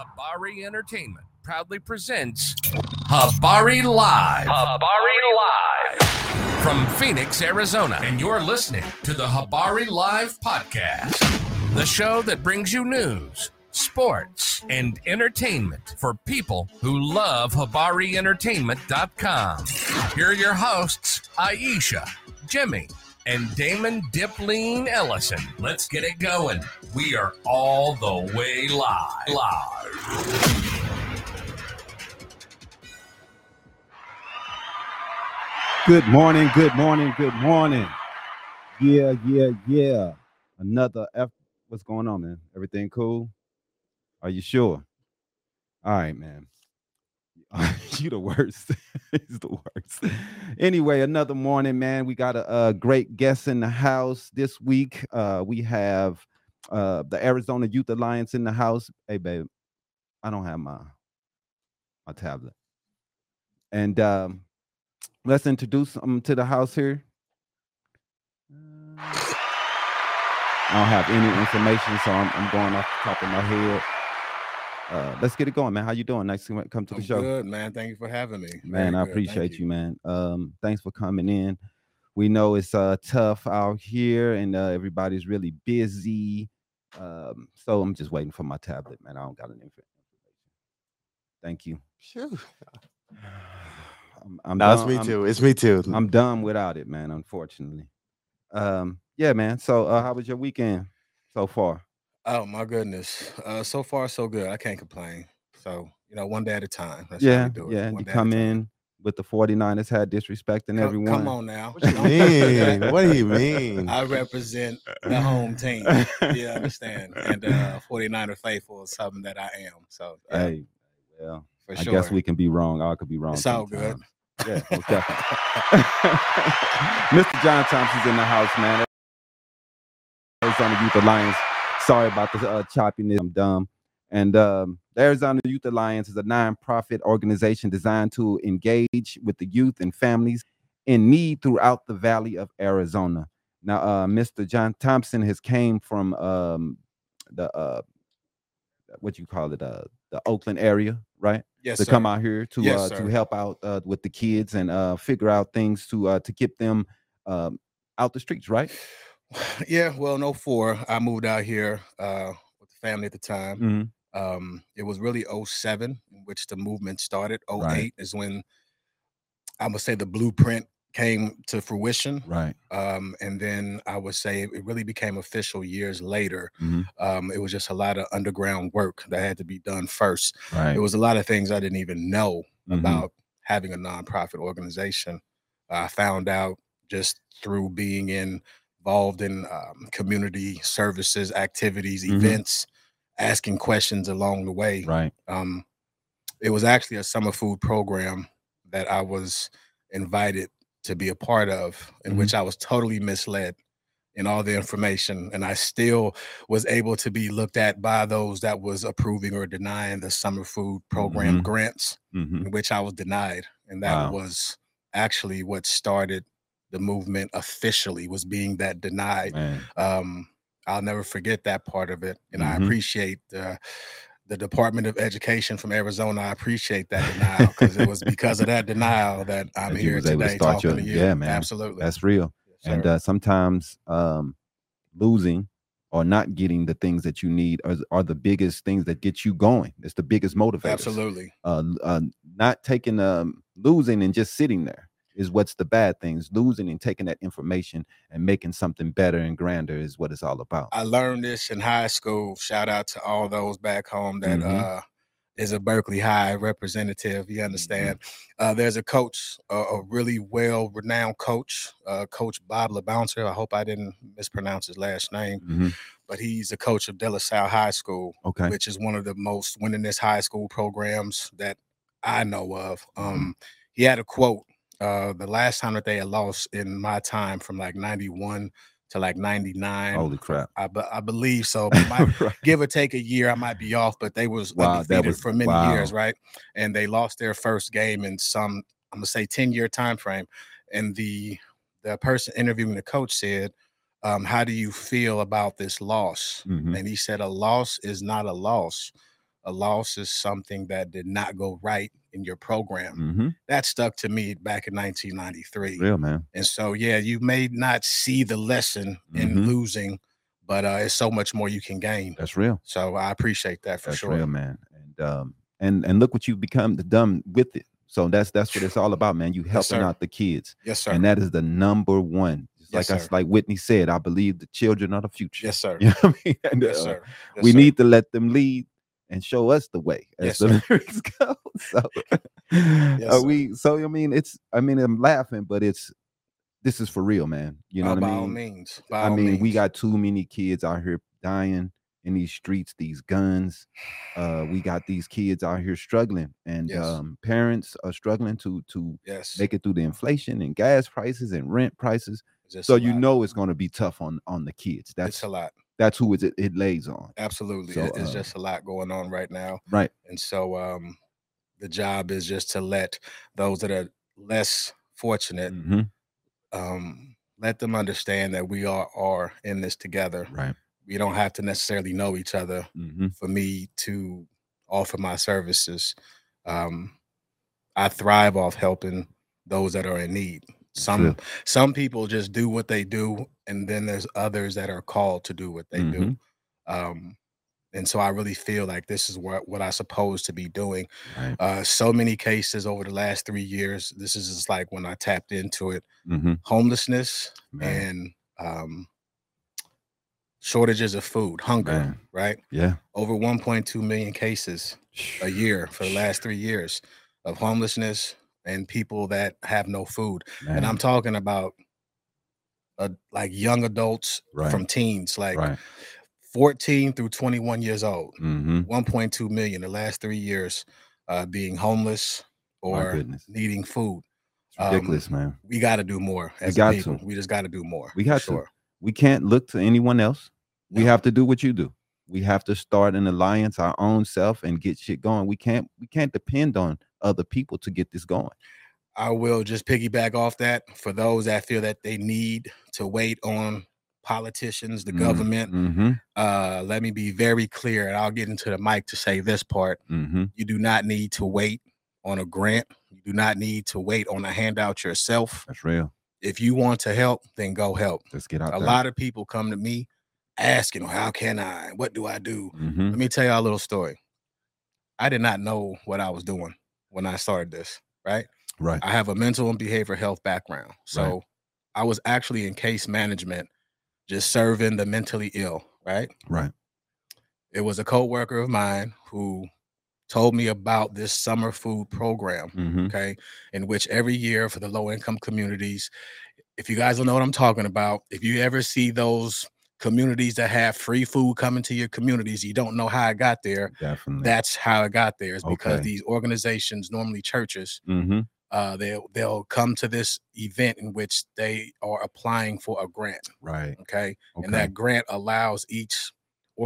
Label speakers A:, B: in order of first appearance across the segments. A: Habari Entertainment proudly presents Habari Live. Habari Live. From Phoenix, Arizona. And you're listening to the Habari Live podcast, the show that brings you news, sports, and entertainment for people who love HabariEntertainment.com. Here are your hosts, Aisha, Jimmy, and Damon Dipleen Ellison. Let's get it going. We are all the way live. Live.
B: Good morning, good morning, good morning. Yeah, yeah, yeah. Another F. What's going on, man? Everything cool? Are you sure? All right, man. you the worst. He's the worst. Anyway, another morning, man. We got a, a great guest in the house this week. Uh, we have uh, the Arizona Youth Alliance in the house. Hey, babe, I don't have my my tablet. And um, let's introduce them to the house here. I don't have any information, so I'm, I'm going off the top of my head. Uh, let's get it going, man. How you doing? Nice to come to the
C: I'm
B: show.
C: Good, man. Thank you for having me.
B: Man,
C: Very
B: I
C: good. Thank
B: appreciate you. man. Um, thanks for coming in. We know it's uh tough out here, and uh, everybody's really busy. Um, so I'm just waiting for my tablet, man. I don't got an information. Thank you.
D: Phew.
B: I'm, I'm
D: No, it's
B: done-
D: me
B: I'm-
D: too. It's me too.
B: I'm done without it, man. Unfortunately. Um, yeah, man. So, uh, how was your weekend so far?
C: Oh my goodness. Uh, so far so good. I can't complain. So you know, one day at a time. That's
B: yeah,
C: how we do it.
B: yeah.
C: One
B: You
C: day at a
B: come
C: time.
B: in with the 49ers had disrespecting
C: Co-
B: everyone.
C: Come on now.
D: What you mean? What do you mean?
C: I represent the home team. Yeah, I understand. And uh, 49er faithful is something that I am. So uh,
B: Hey, well,
C: for
B: I
C: sure.
B: guess we can be wrong. I could be wrong.
C: It's all good.
B: sometimes. Yeah, most definitely. Mr. John Thompson's in the house, man. Arizona Youth Alliance. Sorry about the uh, choppiness. I'm dumb. And um, the Arizona Youth Alliance is a nonprofit organization designed to engage with the youth and families in need throughout the Valley of Arizona. Now, uh, Mr. John Thompson has came from um, the uh, what you call it, uh, the Oakland area, right?
C: Yes,
B: to come
C: sir.
B: out here to
C: Yes,
B: uh,
C: sir.
B: to help out uh, with the kids and uh, figure out things to uh, to get them um, out the streets, right?
C: Yeah, well, no four. I moved out here uh, with the family at the time.
B: Mhm.
C: Um, it was really 07 in which the movement started. 08
B: Right.
C: is when I would say the blueprint came to fruition.
B: Right.
C: Um, and then I would say it really became official years later.
B: Mhm.
C: Um, it was just a lot of underground work that had to be done first.
B: Right.
C: It was a lot of things I didn't even know
B: Mhm.
C: about having a nonprofit organization. I found out just through being in- involved in um, community services, activities,
B: Mhm.
C: events, asking questions along the way.
B: Right.
C: Um, it was actually a summer food program that I was invited to be a part of, in
B: Mhm.
C: which I was totally misled in all the information, and I still was able to be looked at by those that was approving or denying the summer food program
B: Mhm.
C: grants
B: Mm-hmm.
C: in which I was denied, and
B: Wow.
C: that was actually what started the movement officially was being that denied.
B: Man.
C: Um, I'll never forget that part of it, and
B: Mhm.
C: I appreciate the the Department of Education from Arizona. I appreciate that denial because it was because of that denial that I'm
B: That you
C: here
B: was able to
C: today
B: start
C: talking
B: your-
C: to you.
B: yeah, man.
C: absolutely.
B: That's real.
C: Yes,
B: And
C: sir.
B: uh, sometimes um, losing or not getting the things that you need are, are the biggest things that get you going. It's the biggest motivator.
C: absolutely,
B: Uh, l- uh, not taking um, losing and just sitting there is what's the bad things. Losing and taking that information and making something better and grander is what it's all about.
C: I learned this in high school. Shout out to all those back home that
B: Mhm.
C: uh, is a Berkeley High representative. You understand? Uh, there's a coach, a, a really well renowned coach, uh, Coach Bob LeBouncer. I hope I didn't mispronounce his last name,
B: Mhm.
C: but he's a coach of De La Salle High School,
B: Okay.
C: which is one of the most winningest high school programs that I know of.
B: Mhm.
C: Um, he had a quote uh, the last time that they had lost in my time from like 91 to like 99.
B: Holy crap.
C: I, be- I believe so. but my-
B: Right.
C: give or take a year, I might be off, but they was
B: Wow, that
C: undefeated
B: was-
C: for many years,
B: wow.
C: right? And they lost their first game in some, I'm gonna say, ten year time frame. And the the person interviewing the coach said, um, "How do you feel about this loss?"
B: Mhm.
C: And he said, "A loss is not a loss. a loss is something that did not go right in your program.
B: Mm-hmm.
C: That stuck to me back in 1993.
B: Real man.
C: And so, yeah, you may not see the lesson
B: Mhm.
C: in losing, but uh, it's so much more you can gain.
B: That's real.
C: So I appreciate that for
B: that's
C: sure.
B: real, man. And um, and and look what you've become the done with it. So that's that's what it's all about, man. You
C: Yes,
B: helping
C: sir.
B: out the kids,
C: Yes, sir.
B: and that is the number one. Just
C: Yes,
B: like I s-
C: sir.
B: like Whitney said, I believe the children are the future.
C: yes, sir.
B: You know what I mean? And,
C: Yes,
B: uh,
C: sir. Yes,
B: we
C: sir.
B: need to let them lead and show us the way as
C: Yes,
B: the
C: sir.
B: lyrics go. So
C: Yes,
B: are
C: sir.
B: we so I mean it's I mean I'm laughing, but it's this is for real, man. You know
C: Uh,
B: what
C: by
B: I
C: all
B: mean?
C: means. By
B: I
C: all
B: mean, we
C: means.
B: got too many kids out here dying in these streets, these guns. Uh, we got these kids out here struggling, and
C: Yes.
B: um, parents are struggling to to
C: yes.
B: make it through the inflation and gas prices and rent prices.
C: it's just
B: So
C: a
B: you
C: lot.
B: know it's going to be tough on on the kids.
C: it's
B: That's
C: a lot.
B: that's who it it lays on,
C: Absolutely.
B: So,
C: It- it's
B: uh,
C: just a lot going on right now.
B: right?
C: And so um the job is just to let those that are less fortunate
B: Mhm,
C: um let them understand that we are are in this together.
B: Right.
C: We don't have to necessarily know each other
B: hmm
C: for me to offer my services. Um I thrive off helping those that are in need. Some
B: Sure.
C: some people just do what they do and then there's others that are called to do what they do.
B: Mm-hmm.
C: Um and so I really feel like this is what what I supposed to be doing
B: Right.
C: uh, so many cases over the last three years. This is just like when I tapped into it
B: hmm
C: homelessness
B: Man.
C: and um, shortages of food, hunger,
B: Man.
C: right?
B: Yeah.
C: Over 1.2 million cases a year for the last three years of homelessness and people that have no food.
B: Man.
C: And I'm talking about uh, like young adults
B: Right.
C: from teens, like
B: right.
C: 14 through 21 years old.
B: Mm-hmm.
C: 1.2 million the last three years uh, being homeless
B: My
C: or
B: goodness,
C: needing food.
B: it's
C: um,
B: ridiculous, man.
C: We got to do more as a
B: got to.
C: people. We just got to do more.
B: We
C: for
B: got to. We can't look to anyone else. We
C: No.
B: have to do what you do. We have to start an alliance our own self and get shit going. We can't we can't depend on other people to get this going.
C: I will just piggyback off that for those that feel that they need to wait on politicians, the
B: Mm,
C: government.
B: Mm-hmm.
C: Uh, let me be very clear, and I'll get into the mic to say this part.
B: Mm-hmm.
C: You do not need to wait on a grant. You do not need to wait on a handout yourself.
B: That's real.
C: If you want to help, then go help.
B: Let's get out
C: a
B: there.
C: lot of people come to me asking, How can I? What do I do?
B: Mm-hmm.
C: Let me tell y'all a little story. I did not know what I was doing when I started this, right?
B: Right.
C: I have a mental and behavioral health background. So I was actually in case management, just serving the mentally ill, right?
B: Right.
C: It was a coworker of mine who told me about this summer food program
B: Mm-hmm.
C: okay in which every year for the low income communities if you guys don't know what i'm talking about if you ever see those communities that have free food coming to your communities you don't know how it got there
B: Definitely.
C: that's how it got there is because
B: Mm-hmm. Okay.
C: these organizations normally churches
B: mm-hmm.
C: uh, they'll, they'll come to this event in which they are applying for a grant
B: Right.
C: okay
B: Okay.
C: and that grant allows each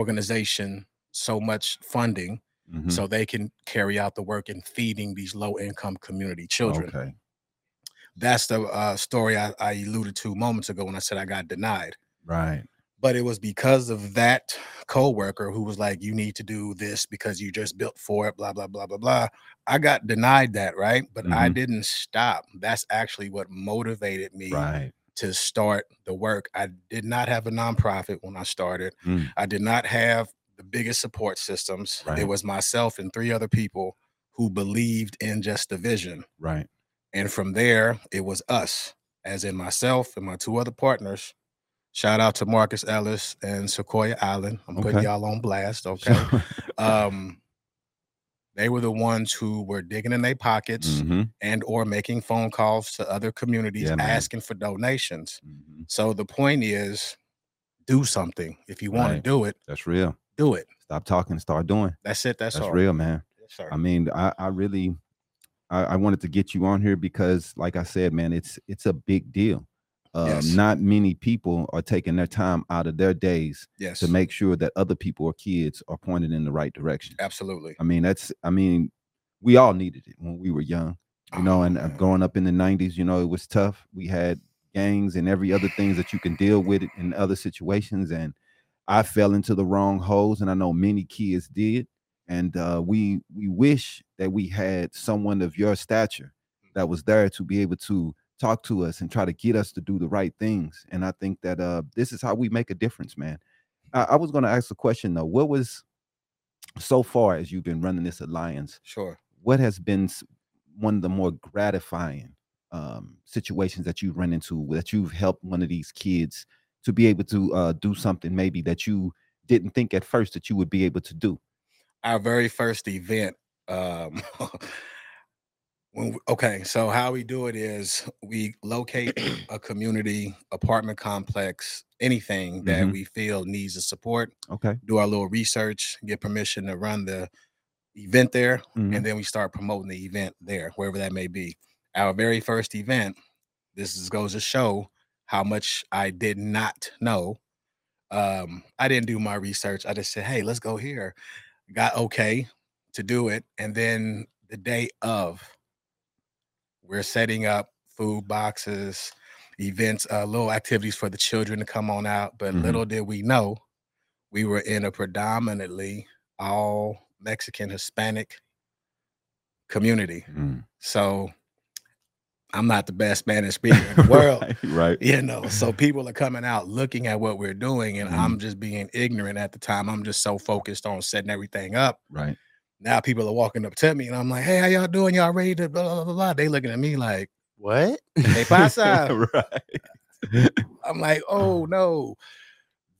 C: organization so much funding
B: Mhm.
C: so they can carry out the work in feeding these low income community children
B: Okay.
C: that's the uh, story I, I alluded to moments ago when I said I got denied.
B: Right.
C: But it was because of that coworker who was like, "You need to do this because you just built for it." Blah blah blah blah blah. I got denied that, right? But I
B: Mhm.
C: didn't stop. That's actually what motivated me
B: Right.
C: to start the work. I did not have a nonprofit when I started.
B: Mm.
C: I did not have the biggest support systems.
B: Right.
C: It was myself and three other people who believed in just the vision.
B: Right.
C: And from there, it was us, as in myself and my two other partners. Shout out to Marcus Ellis and Sequoia Island. I'm putting
B: Okay.
C: y'all on blast. Okay. um, they were the ones who were digging in their pockets
B: mm-hmm.
C: and or making phone calls to other communities
B: Yeah, man.
C: asking for donations.
B: Mm-hmm.
C: So the point is do something. If you want
B: Right.
C: to do it,
B: That's real.
C: do it.
B: Stop talking, start doing.
C: That's it. That's,
B: That's
C: all.
B: real, man.
C: Yes, sir.
B: I mean, I, I really, I, I wanted to get you on here because, like I said, man, it's it's a big deal. Um,
C: Yes.
B: Not many people are taking their time out of their days
C: yes.
B: to make sure that other people or kids are pointed in the right direction.
C: Absolutely.
B: I mean, that's, I mean, we all needed it when we were young, you know.
C: Oh,
B: And uh,
C: man.
B: growing up in the '90s, you know, it was tough. We had gangs and every other things that you can deal with it in other situations, and I fell into the wrong holes, and I know many kids did. and uh, we we wish that we had someone of your stature that
C: Mm-hmm.
B: was there to be able to talk to us and try to get us to do the right things. And I think that uh, this is how we make a difference, man. I, I was going to ask a question though. What was so far as you've been running this alliance?
C: Sure.
B: what has been s- one of the more gratifying um, situations that you've run into that you've helped one of these kids to be able to uh, do something maybe that you didn't think at first that you would be able to do
C: our very first event. Um, when we, okay, so how we do it is we locate a community, apartment complex, anything that
B: Mhm.
C: we feel needs the support,
B: okay
C: do our little research, get permission to run the event there,
B: Mhm.
C: and then we start promoting the event there, wherever that may be. Our very first event, this is, goes to show how much I did not know. Um, I didn't do my research. I just said, "Hey, let's go here." Got okay to do it, and then the day of, we're setting up food boxes, events, uh, little activities for the children to come on out. But
B: Mhm.
C: little did we know, we were in a predominantly all Mexican Hispanic community.
B: Mm.
C: So I'm not the best Spanish speaker in the world.
B: right, right.
C: You know, so people are coming out looking at what we're doing, and
B: Mhm.
C: I'm just being ignorant at the time. I'm just so focused on setting everything up.
B: right
C: Now people are walking up to me, and I'm like, "Hey, how y'all doing? Y'all ready to blah blah blah?" blah. They looking at me like,
D: What?
C: "Hey, pasa."
B: right
C: I'm like, "Oh no,"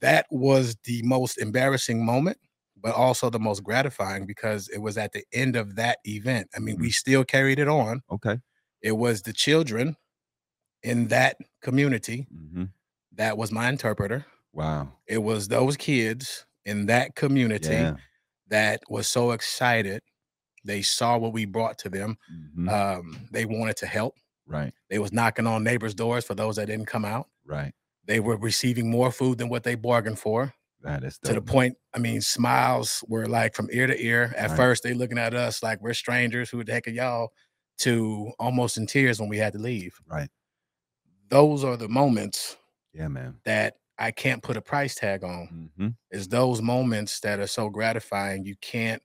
C: that was the most embarrassing moment, but also the most gratifying because it was at the end of that event. I mean,
B: Mhm.
C: we still carried it on.
B: okay
C: it was the children in that community
B: hmm
C: that was my interpreter
B: wow
C: it was those kids in that community
B: yeah
C: that was so excited they saw what we brought to them
B: Mhm.
C: um, they wanted to help
B: right
C: they was knocking on neighbors doors for those that didn't come out
B: right
C: they were receiving more food than what they bargained for
B: that is
C: to the point i mean smiles were like from ear to ear at
B: Right.
C: first they looking at us like we're strangers who the heck are y'all to almost in tears when we had to leave
B: right
C: those are the moments
B: yeah man
C: that I can't put a price tag on.
B: hmm
C: It's those moments that are so gratifying you can't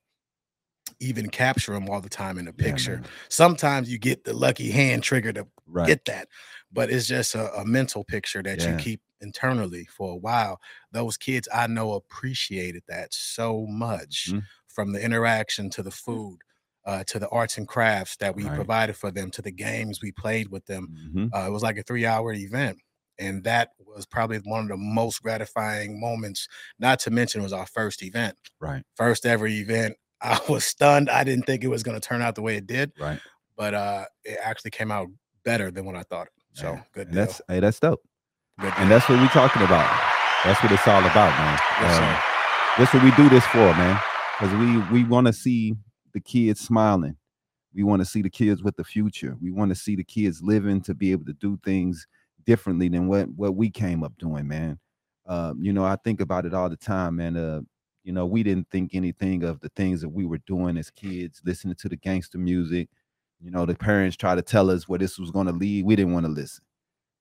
C: even capture them all the time in a picture. Sometimes you get the lucky hand trigger to
B: right
C: get that, but it's just a, a mental picture that
B: Yeah.
C: you keep internally for a while. Those kids I know appreciated that so much
B: Mhm.
C: from the interaction to the food. Uh, to the arts and crafts that we
B: Right.
C: provided for them, to the games we played with them,
B: Mhm.
C: uh, it was like a three hour event. And that was probably one of the most gratifying moments. Not to mention, it was our first event,
B: right
C: first ever event. I was stunned. I didn't think it was going to turn out the way it did,
B: right
C: but uh, it actually came out better than what I thought. So
B: Yeah.
C: good
B: And
C: deal.
B: that's hey that's dope
C: good
B: And that's what we're talking about. That's what it's all about, man.
C: Yes,
B: Um,
C: sir.
B: that's what we do this for, man. Because we we want to see the kids smiling. We want to see the kids with the future. We want to see the kids living to be able to do things differently than what what we came up doing, man. Uh, you know, I think about it all the time, man. Uh, you know, we didn't think anything of the things that we were doing as kids, listening to the gangster music. You know, the parents try to tell us where this was going to lead. We didn't want to listen.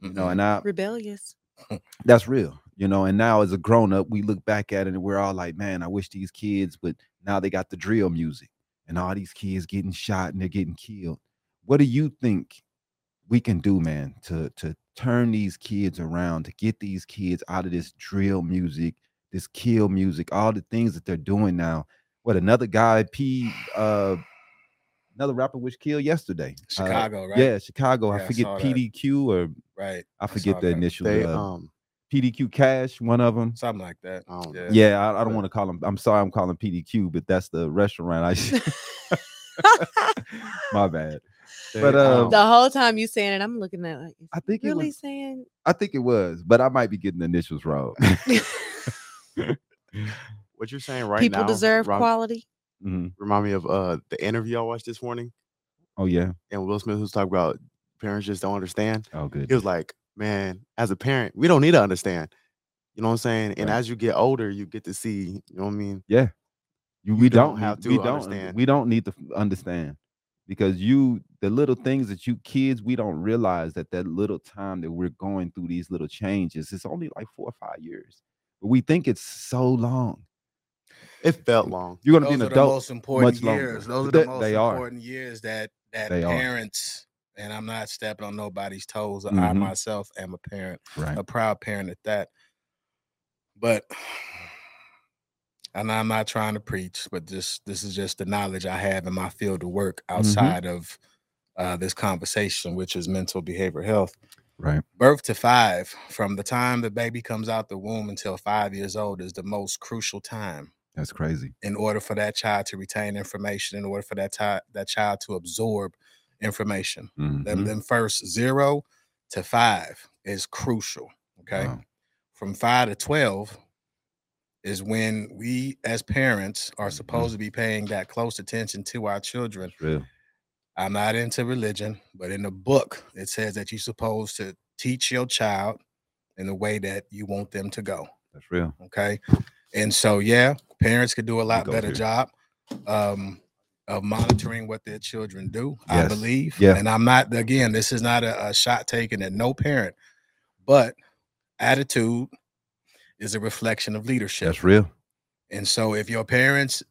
B: You know,
C: Mhm.
B: and uh, I
E: Rebellious.
B: that's real you know and now as a grown up we look back at it and we're all like man i wish these kids but now they got the drill music and all these kids getting shot and they're getting killed what do you think we can do man to to turn these kids around to get these kids out of this drill music this kill music all the things that they're doing now what another guy p uh another rapper was killed yesterday uh,
C: Chicago, right?
B: yeah chicago
C: Yeah,
B: i
C: I
B: forget
C: saw that.
B: pdq or
C: Right.
B: i
C: saw
B: forget the
C: that.
B: initial
D: They
B: uh,
D: um
B: PDQ Cash, one of them.
C: Something like that.
D: I don't know.
C: Yeah.
B: Yeah, I, I don't
D: but-
B: want to call him. I'm sorry, I'm calling PDQ, but that's the restaurant. I should, my bad.
D: they,
B: But, um,
E: the whole time you saying it, I'm looking at like, is
B: I
E: I
B: think it
E: really
B: was-
E: saying
B: I think it was, but I might be getting the initials wrong.
D: what you're saying right
E: people
D: now
E: deserve
D: rem-
E: quality?
B: Mhm.
D: remind me of uh the interview I watched this morning,
B: Oh yeah.
D: and Will Smith was talking about parents just don't understand.
B: Oh good.
D: He was like, "Man, as a parent, we don't need to understand." You know what I'm saying? And
B: Right.
D: as you get older, you get to see. You know what I mean?
B: You,
D: you
B: we
D: don't
B: don't
D: have
B: We
D: to
B: don't.
D: understand.
B: We don't need to f- understand because you the little things that you kids we don't realize that that little time that we're going through these little changes it's only like four or five years, but we think it's so long.
D: It felt long.
B: You're gonna
C: Those
B: be
C: are
B: an
C: the
B: adult.
C: most important
B: much longer.
C: years. Those are
B: They-
C: the most
B: they are.
C: important years that that
B: They are.
C: parents and I'm not stepping on nobody's toes. I
B: Mhm.
C: myself am a parent,
B: Right.
C: a proud parent at that. But and I'm not trying to preach, but this this is just the knowledge I have in my field of work outside of uh, this conversation, which is mental behavioral health
B: Right.
C: birth to five from the time the baby comes out the womb until five years old is the most crucial time
B: That's crazy.
C: in order for that child to retain information in order for that ti- that child to absorb information them,
B: Mhm.
C: them first zero to five is crucial okay
B: Wow.
C: from five to 12 is when we as parents are supposed to be paying that close attention to our children
B: It's real.
C: I'm not into religion, but in the book, it says that you're supposed to teach your child in the way that you want them to go.
B: That's real.
C: Okay. And so, yeah, parents could do a lot
B: go
C: better
B: here.
C: job um, of monitoring what their children do, I
B: Yes.
C: believe.
B: Yeah.
C: And I'm not, again, this is not a, a shot taken at no parent, but attitude is a reflection of leadership.
B: That's real.
C: And so, if your parents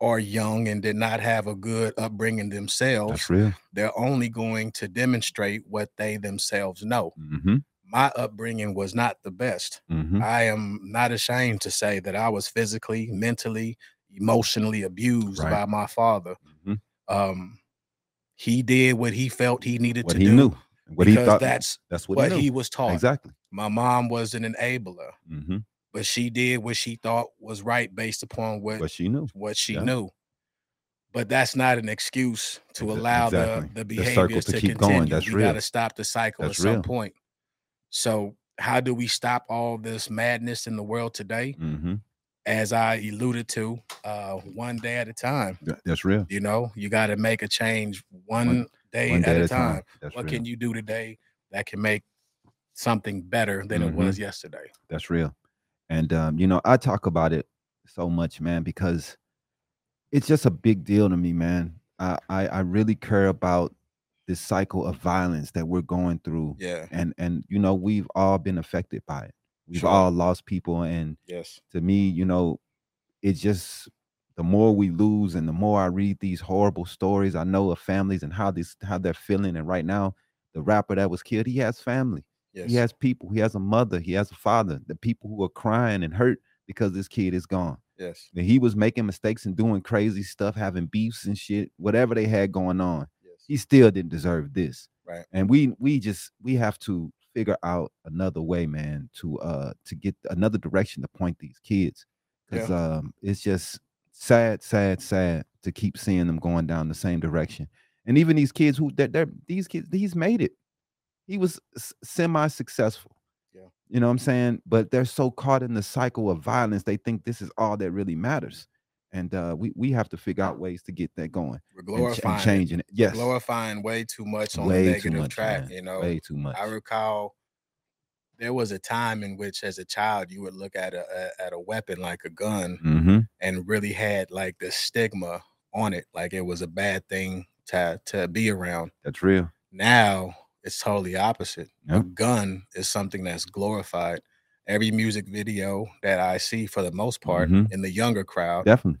C: are young and did not have a good upbringing themselves,
B: That's real.
C: they're only going to demonstrate what they themselves know.
B: Mm-hmm.
C: My upbringing was not the best.
B: Mm-hmm.
C: I am not ashamed to say that I was physically, mentally, emotionally abused
B: Right.
C: by my father.
B: Mhm.
C: Um, he did what he felt he needed
B: What
C: to
B: he
C: do
B: knew. and What he
C: because
B: thought.
C: that's
B: that's
C: what,
B: what,
C: he,
B: he, knew.
C: was taught.
B: exactly.
C: My mom was an enabler,
B: Mm-hmm.
C: but she did what she thought was right based upon what
B: What she knew.
C: what she
B: Yeah.
C: knew. But that's not an excuse to
B: Exa-
C: allow
B: exactly.
C: the, the
B: The circle
C: behaviors
B: to
C: to,
B: keep going.
C: continue.
B: That's
C: you
B: real.
C: got to stop the cycle
B: That's
C: at some
B: real.
C: point. So, how do we stop all this madness in the world today?
B: Mm-hmm.
C: As I alluded to, uh, one day at a time.
B: That's real.
C: You know, you got to make a change one, day,
B: One
C: at, a time.
B: That's
C: What
B: real.
C: can you do today that can make something better than
B: Mhm.
C: it was yesterday?
B: That's real. And um, you know, I talk about it so much, man, because it's just a big deal to me, man. I I, I really care about this cycle of violence that we're going through.
C: Yeah.
B: And and you know, we've all been affected by it. We've
C: Sure.
B: all lost people. And
C: Yes.
B: to me, you know, it's just the more we lose and the more I read these horrible stories, I know of families and how this how they're feeling. And right now, the rapper that was killed, he has family.
C: Yes.
B: He has people. He has a mother. He has a father. The people who are crying and hurt because this kid is gone.
C: Yes.
B: And he was making mistakes and doing crazy stuff, having beefs and shit, whatever they had going on. He
C: Yes.
B: still didn't deserve this.
C: Right.
B: And we we just we have to figure out another way, man, to uh to get another direction to point these kids. Because um it's just sad, sad, sad to keep seeing them going down the same direction. And even these kids who that they're these kids, he's made it. He was semi successful. You know what I'm saying? But they're so caught in the cycle of violence, they think this is all that really matters. And uh, we we have to figure out ways to get that going and ch-
C: We're
B: and,
C: glorifying. it.
B: changing it. Yes,
C: Glorifying way too much on
B: Way
C: the
B: too
C: negative
B: much,
C: track,
B: man.
C: you know.
B: way too much.
C: I recall there was a time in which, as a child, you would look at a, a at a weapon like a gun
B: mm-hmm.
C: and really had like the stigma on it, like it was a bad thing to to be around.
B: That's real.
C: Now it's totally opposite. A
B: Yep.
C: gun is something that's glorified. Every music video that I see, for the most part,
B: Mhm.
C: in the younger crowd,
B: Definitely.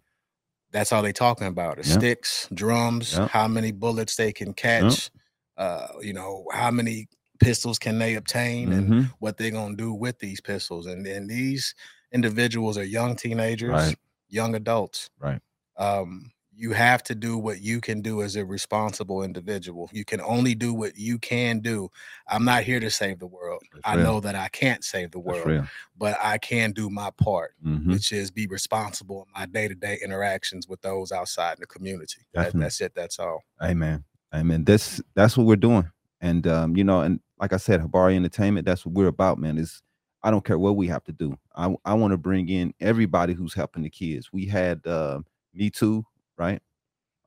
C: that's all they talking about is
B: Yeah.
C: sticks, drums,
B: Yeah.
C: how many bullets they can catch, uh, you know, how many pistols can they obtain and
B: Mhm.
C: what they're gonna do with these pistols. And then these individuals are young teenagers,
B: Right.
C: young adults.
B: Right.
C: Um, you have to do what you can do as a responsible individual. You can only do what you can do. I'm not here to save the world.
B: That's
C: I
B: real.
C: know that I can't save the
B: That's
C: world,
B: real.
C: but I can do my part
B: hmm
C: which is be responsible in my day-to-day interactions with those outside in the community. That,
B: Definitely.
C: that's it. That's all.
B: Amen. Amen. That's that's what we're doing. And um, you know, and like I said, Habari Entertainment, that's what we're about, man. Is I don't care what we have to do. I I want to bring in everybody who's helping the kids. We had uh, Me Too, right?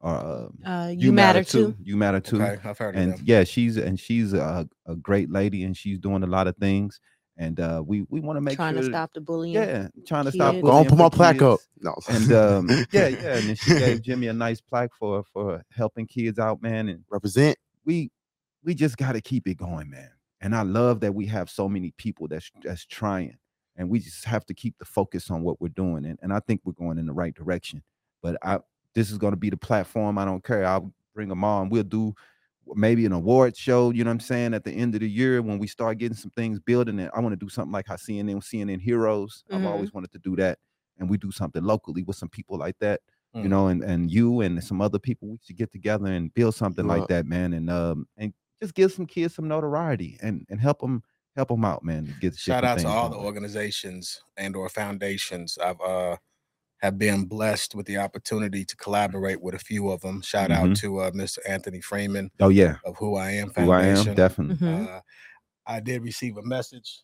B: Or uh,
E: Uh, you, matter, too.
B: You matter too.
C: Okay, I've heard of
B: and
C: them.
B: yeah, she's and she's a, a great lady, and she's doing a lot of things. And uh, we we want to make
E: Trying
B: sure
E: to
B: that-
E: stop the bullying.
B: yeah, trying to stop.
E: kids.
D: Go on,
B: bullying
D: put my
B: for
D: plaque up.
B: kids.
D: No.
B: And um, yeah, yeah, and then she gave Jimmy a nice plaque for for helping kids out, man. And
D: represent.
B: we we just got to keep it going, man. And I love that we have so many people that's that's trying. and we just have to keep the focus on what we're doing and, and i think we're going in the right direction but i this is going to be the platform i don't care i'll bring them on we'll do maybe an award show you know what i'm saying at the end of the year when we start getting some things building and i want to do something like how cnn cnn heroes
E: Mhm.
B: i've always wanted to do that and we do something locally with some people like that you
C: Mm.
B: know and and you and some other people we should get together and build something like
D: Look.
B: that man and um and just give some kids some notoriety and and help them help them out man to get
C: Shout
B: different
C: out to
B: things
C: all the
B: going.
C: organizations and or foundations. I've uh have been blessed with the opportunity to collaborate with a few of them. Shout out
B: Mhm.
C: to uh, Mr. Anthony Freeman
B: oh yeah
C: of Who I Am
B: who i
C: Foundation.
B: am definitely
E: Mhm.
C: Uh, I did receive a message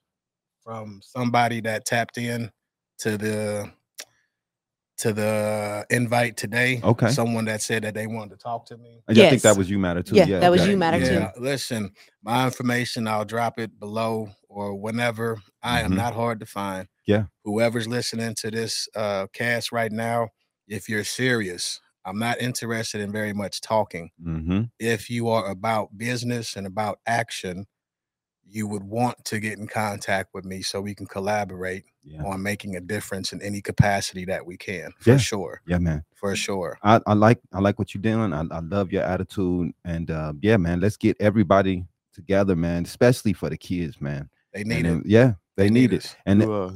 C: from somebody that tapped in to the to the invite today.
B: Okay.
C: Someone that said that they wanted to talk to me.
B: And I think that
E: Yes.
B: was you matter too
E: Yeah, that was you,
B: okay.
E: Matter, too.
C: Yeah, listen, my information, I'll drop it below or whenever. I am
B: Mhm.
C: not hard to find.
B: Yeah.
C: Whoever's listening to this uh cast right now, if you're serious, I'm not interested in very much talking.
B: hmm
C: If you are about business and about action, you would want to get in contact with me so we can collaborate
B: yeah
C: on making a difference in any capacity that we can. For
B: Yeah.
C: sure.
B: yeah man
C: For sure.
B: I, I like I like what you're doing. I, I love your attitude, and uh, yeah, man, let's get everybody together, man. Especially for the kids, man.
C: They
B: And
C: need
B: then-
C: it.
B: yeah, they, need, it.
C: us.
B: And
D: You, uh,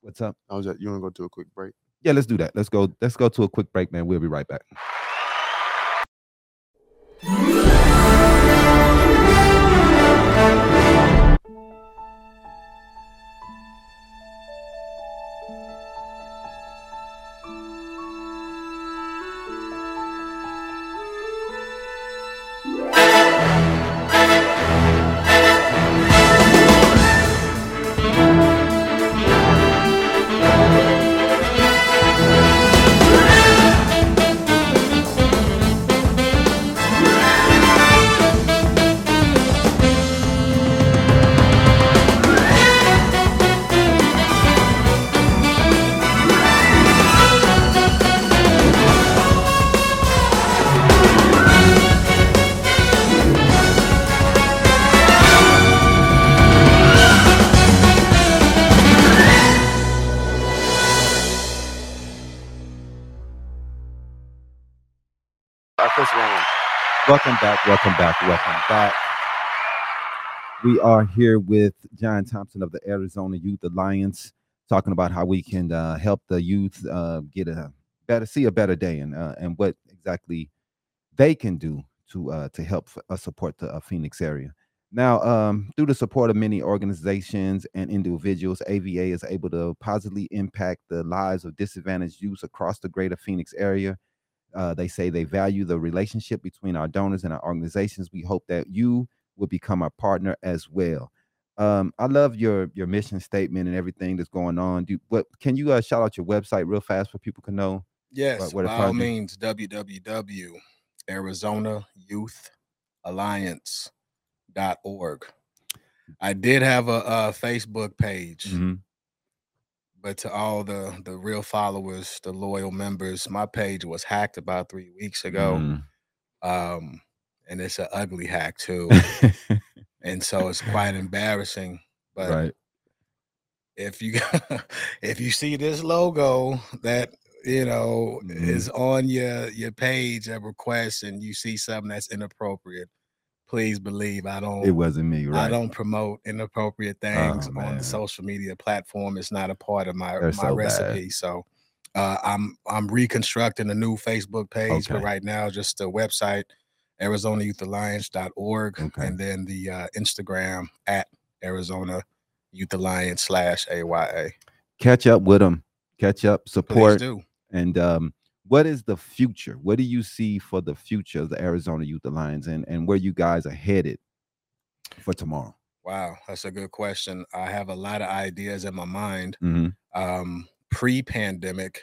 B: what's up?
D: I was. At, you want to go to a quick break?
B: Yeah, let's do that. Let's go. Let's go to a quick break, man. We'll be right back.
D: I pressed the wrong one.
B: Welcome back. Welcome back. Welcome back. We are here with John Thompson of the Arizona Youth Alliance, talking about how we can uh, help the youth uh, get a better, see a better day, and uh, and what exactly they can do to uh, to help f- uh, support the uh, Phoenix area. Now, um, through the support of many organizations and individuals, AVA is able to positively impact the lives of disadvantaged youth across the greater Phoenix area. Uh, they say they value the relationship between our donors and our organizations. We hope that you will become our partner as well. Um, I love your your mission statement and everything that's going on. Do what? Can you uh, shout out your website real fast for people can know?
C: Yes,
B: what a
C: by all
B: project.
C: means, www.arizonayouthalliance.org. I did have a, uh Facebook page,
B: Mm-hmm.
C: but to all the the real followers, the loyal members, my page was hacked about three weeks ago,
B: Mm-hmm.
C: um, and it's an ugly hack too,
B: Mm.
C: and so it's quite embarrassing. But
B: right.
C: if you if you see this logo that you know
B: Mhm.
C: is on your your page at request and you see something that's inappropriate please believe i don't
B: It wasn't me.
C: um, i
B: Right. Oh,
C: don't promote inappropriate things on
B: man.
C: the social media platform it's not a part of my
B: They're
C: my
B: so bad.
C: recipe so uh, i'm i'm reconstructing a new facebook page but
B: Okay.
C: right now just the website arizonayouthalliance.org
B: Okay.
C: and then the uh, instagram at arizona youth alliance slash aya
B: Catch up with them. Catch up.
C: Please
B: Support.
C: do.
B: And um, what is the future? What do you see for the future of the Arizona Youth Alliance and, and where you guys are headed for tomorrow?
C: Wow, that's a good question. I have a lot of ideas in my mind.
B: Mm-hmm.
C: Um, pre-pandemic,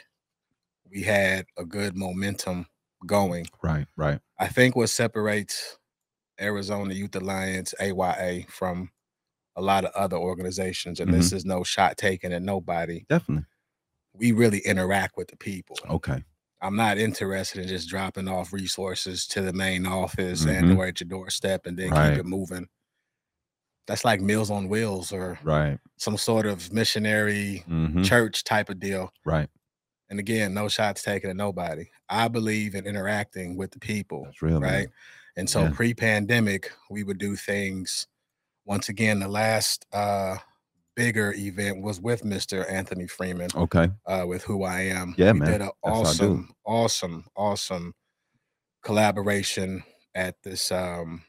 C: we had a good momentum going.
B: Right, right.
C: I think what separates Arizona Youth Alliance (AYA) from a lot of other organizations, and this is no shot taken at nobody.
B: Definitely.
C: We really interact with the people.
B: Okay.
C: I'm not interested in just dropping off resources to the main office
B: Mhm.
C: and or at your doorstep and then
B: Right.
C: keep it moving. That's like Meals on Wheels or
B: Right.
C: some sort of missionary
B: Mhm.
C: church type of deal.
B: Right.
C: And again, no shots taken at nobody. I believe in interacting with the people,
B: That's real. man.
C: right? And so
B: Yeah.
C: pre-pandemic, we would do things. Once again, the last uh bigger event was with Mr. Anthony Freeman
B: Okay.
C: uh, with who I am.
B: Oh. Yeah,
C: we
B: man.
C: Did an
B: how I do it.
C: awesome, awesome, awesome collaboration at this um,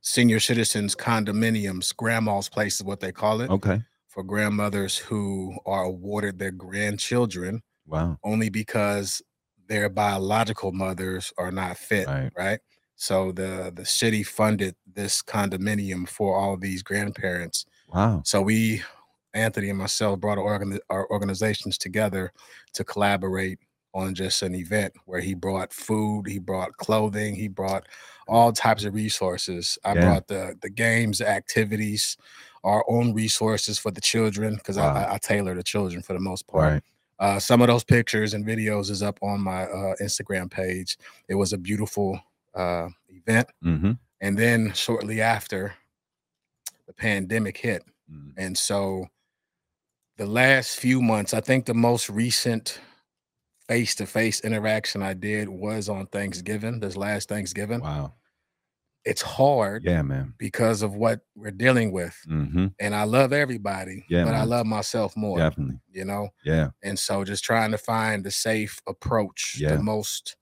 C: senior citizens condominiums, grandma's place is what they call it,
B: Okay.
C: for grandmothers who are awarded their grandchildren
B: Wow.
C: only because their biological mothers are not fit,
B: Right.
C: right? So the the city funded this condominium for all these grandparents
B: Wow.
C: so we, Anthony and myself, brought our, organ- our organizations together to collaborate on just an event where he brought food, he brought clothing, he brought all types of resources. I
B: Yeah.
C: brought the the games, the activities, our own resources for the children because I,
B: Wow.
C: I, I tailor the children for the most part.
B: Right.
C: Uh, some of those pictures and videos is up on my uh, Instagram page. It was a beautiful uh, event,
B: Mm-hmm.
C: and then shortly after the pandemic hit,
B: Mm-hmm.
C: and so the last few months, I think the most recent face to face interaction I did was on Thanksgiving, this last Thanksgiving.
B: Wow.
C: It's hard
B: Yeah, man.
C: because of what we're dealing with.
B: Mm-hmm.
C: And I love everybody,
B: Yeah,
C: but I
B: man.
C: love myself more,
B: Definitely.
C: you know?
B: Yeah.
C: And so just trying to find the safe approach,
B: Yeah.
C: the most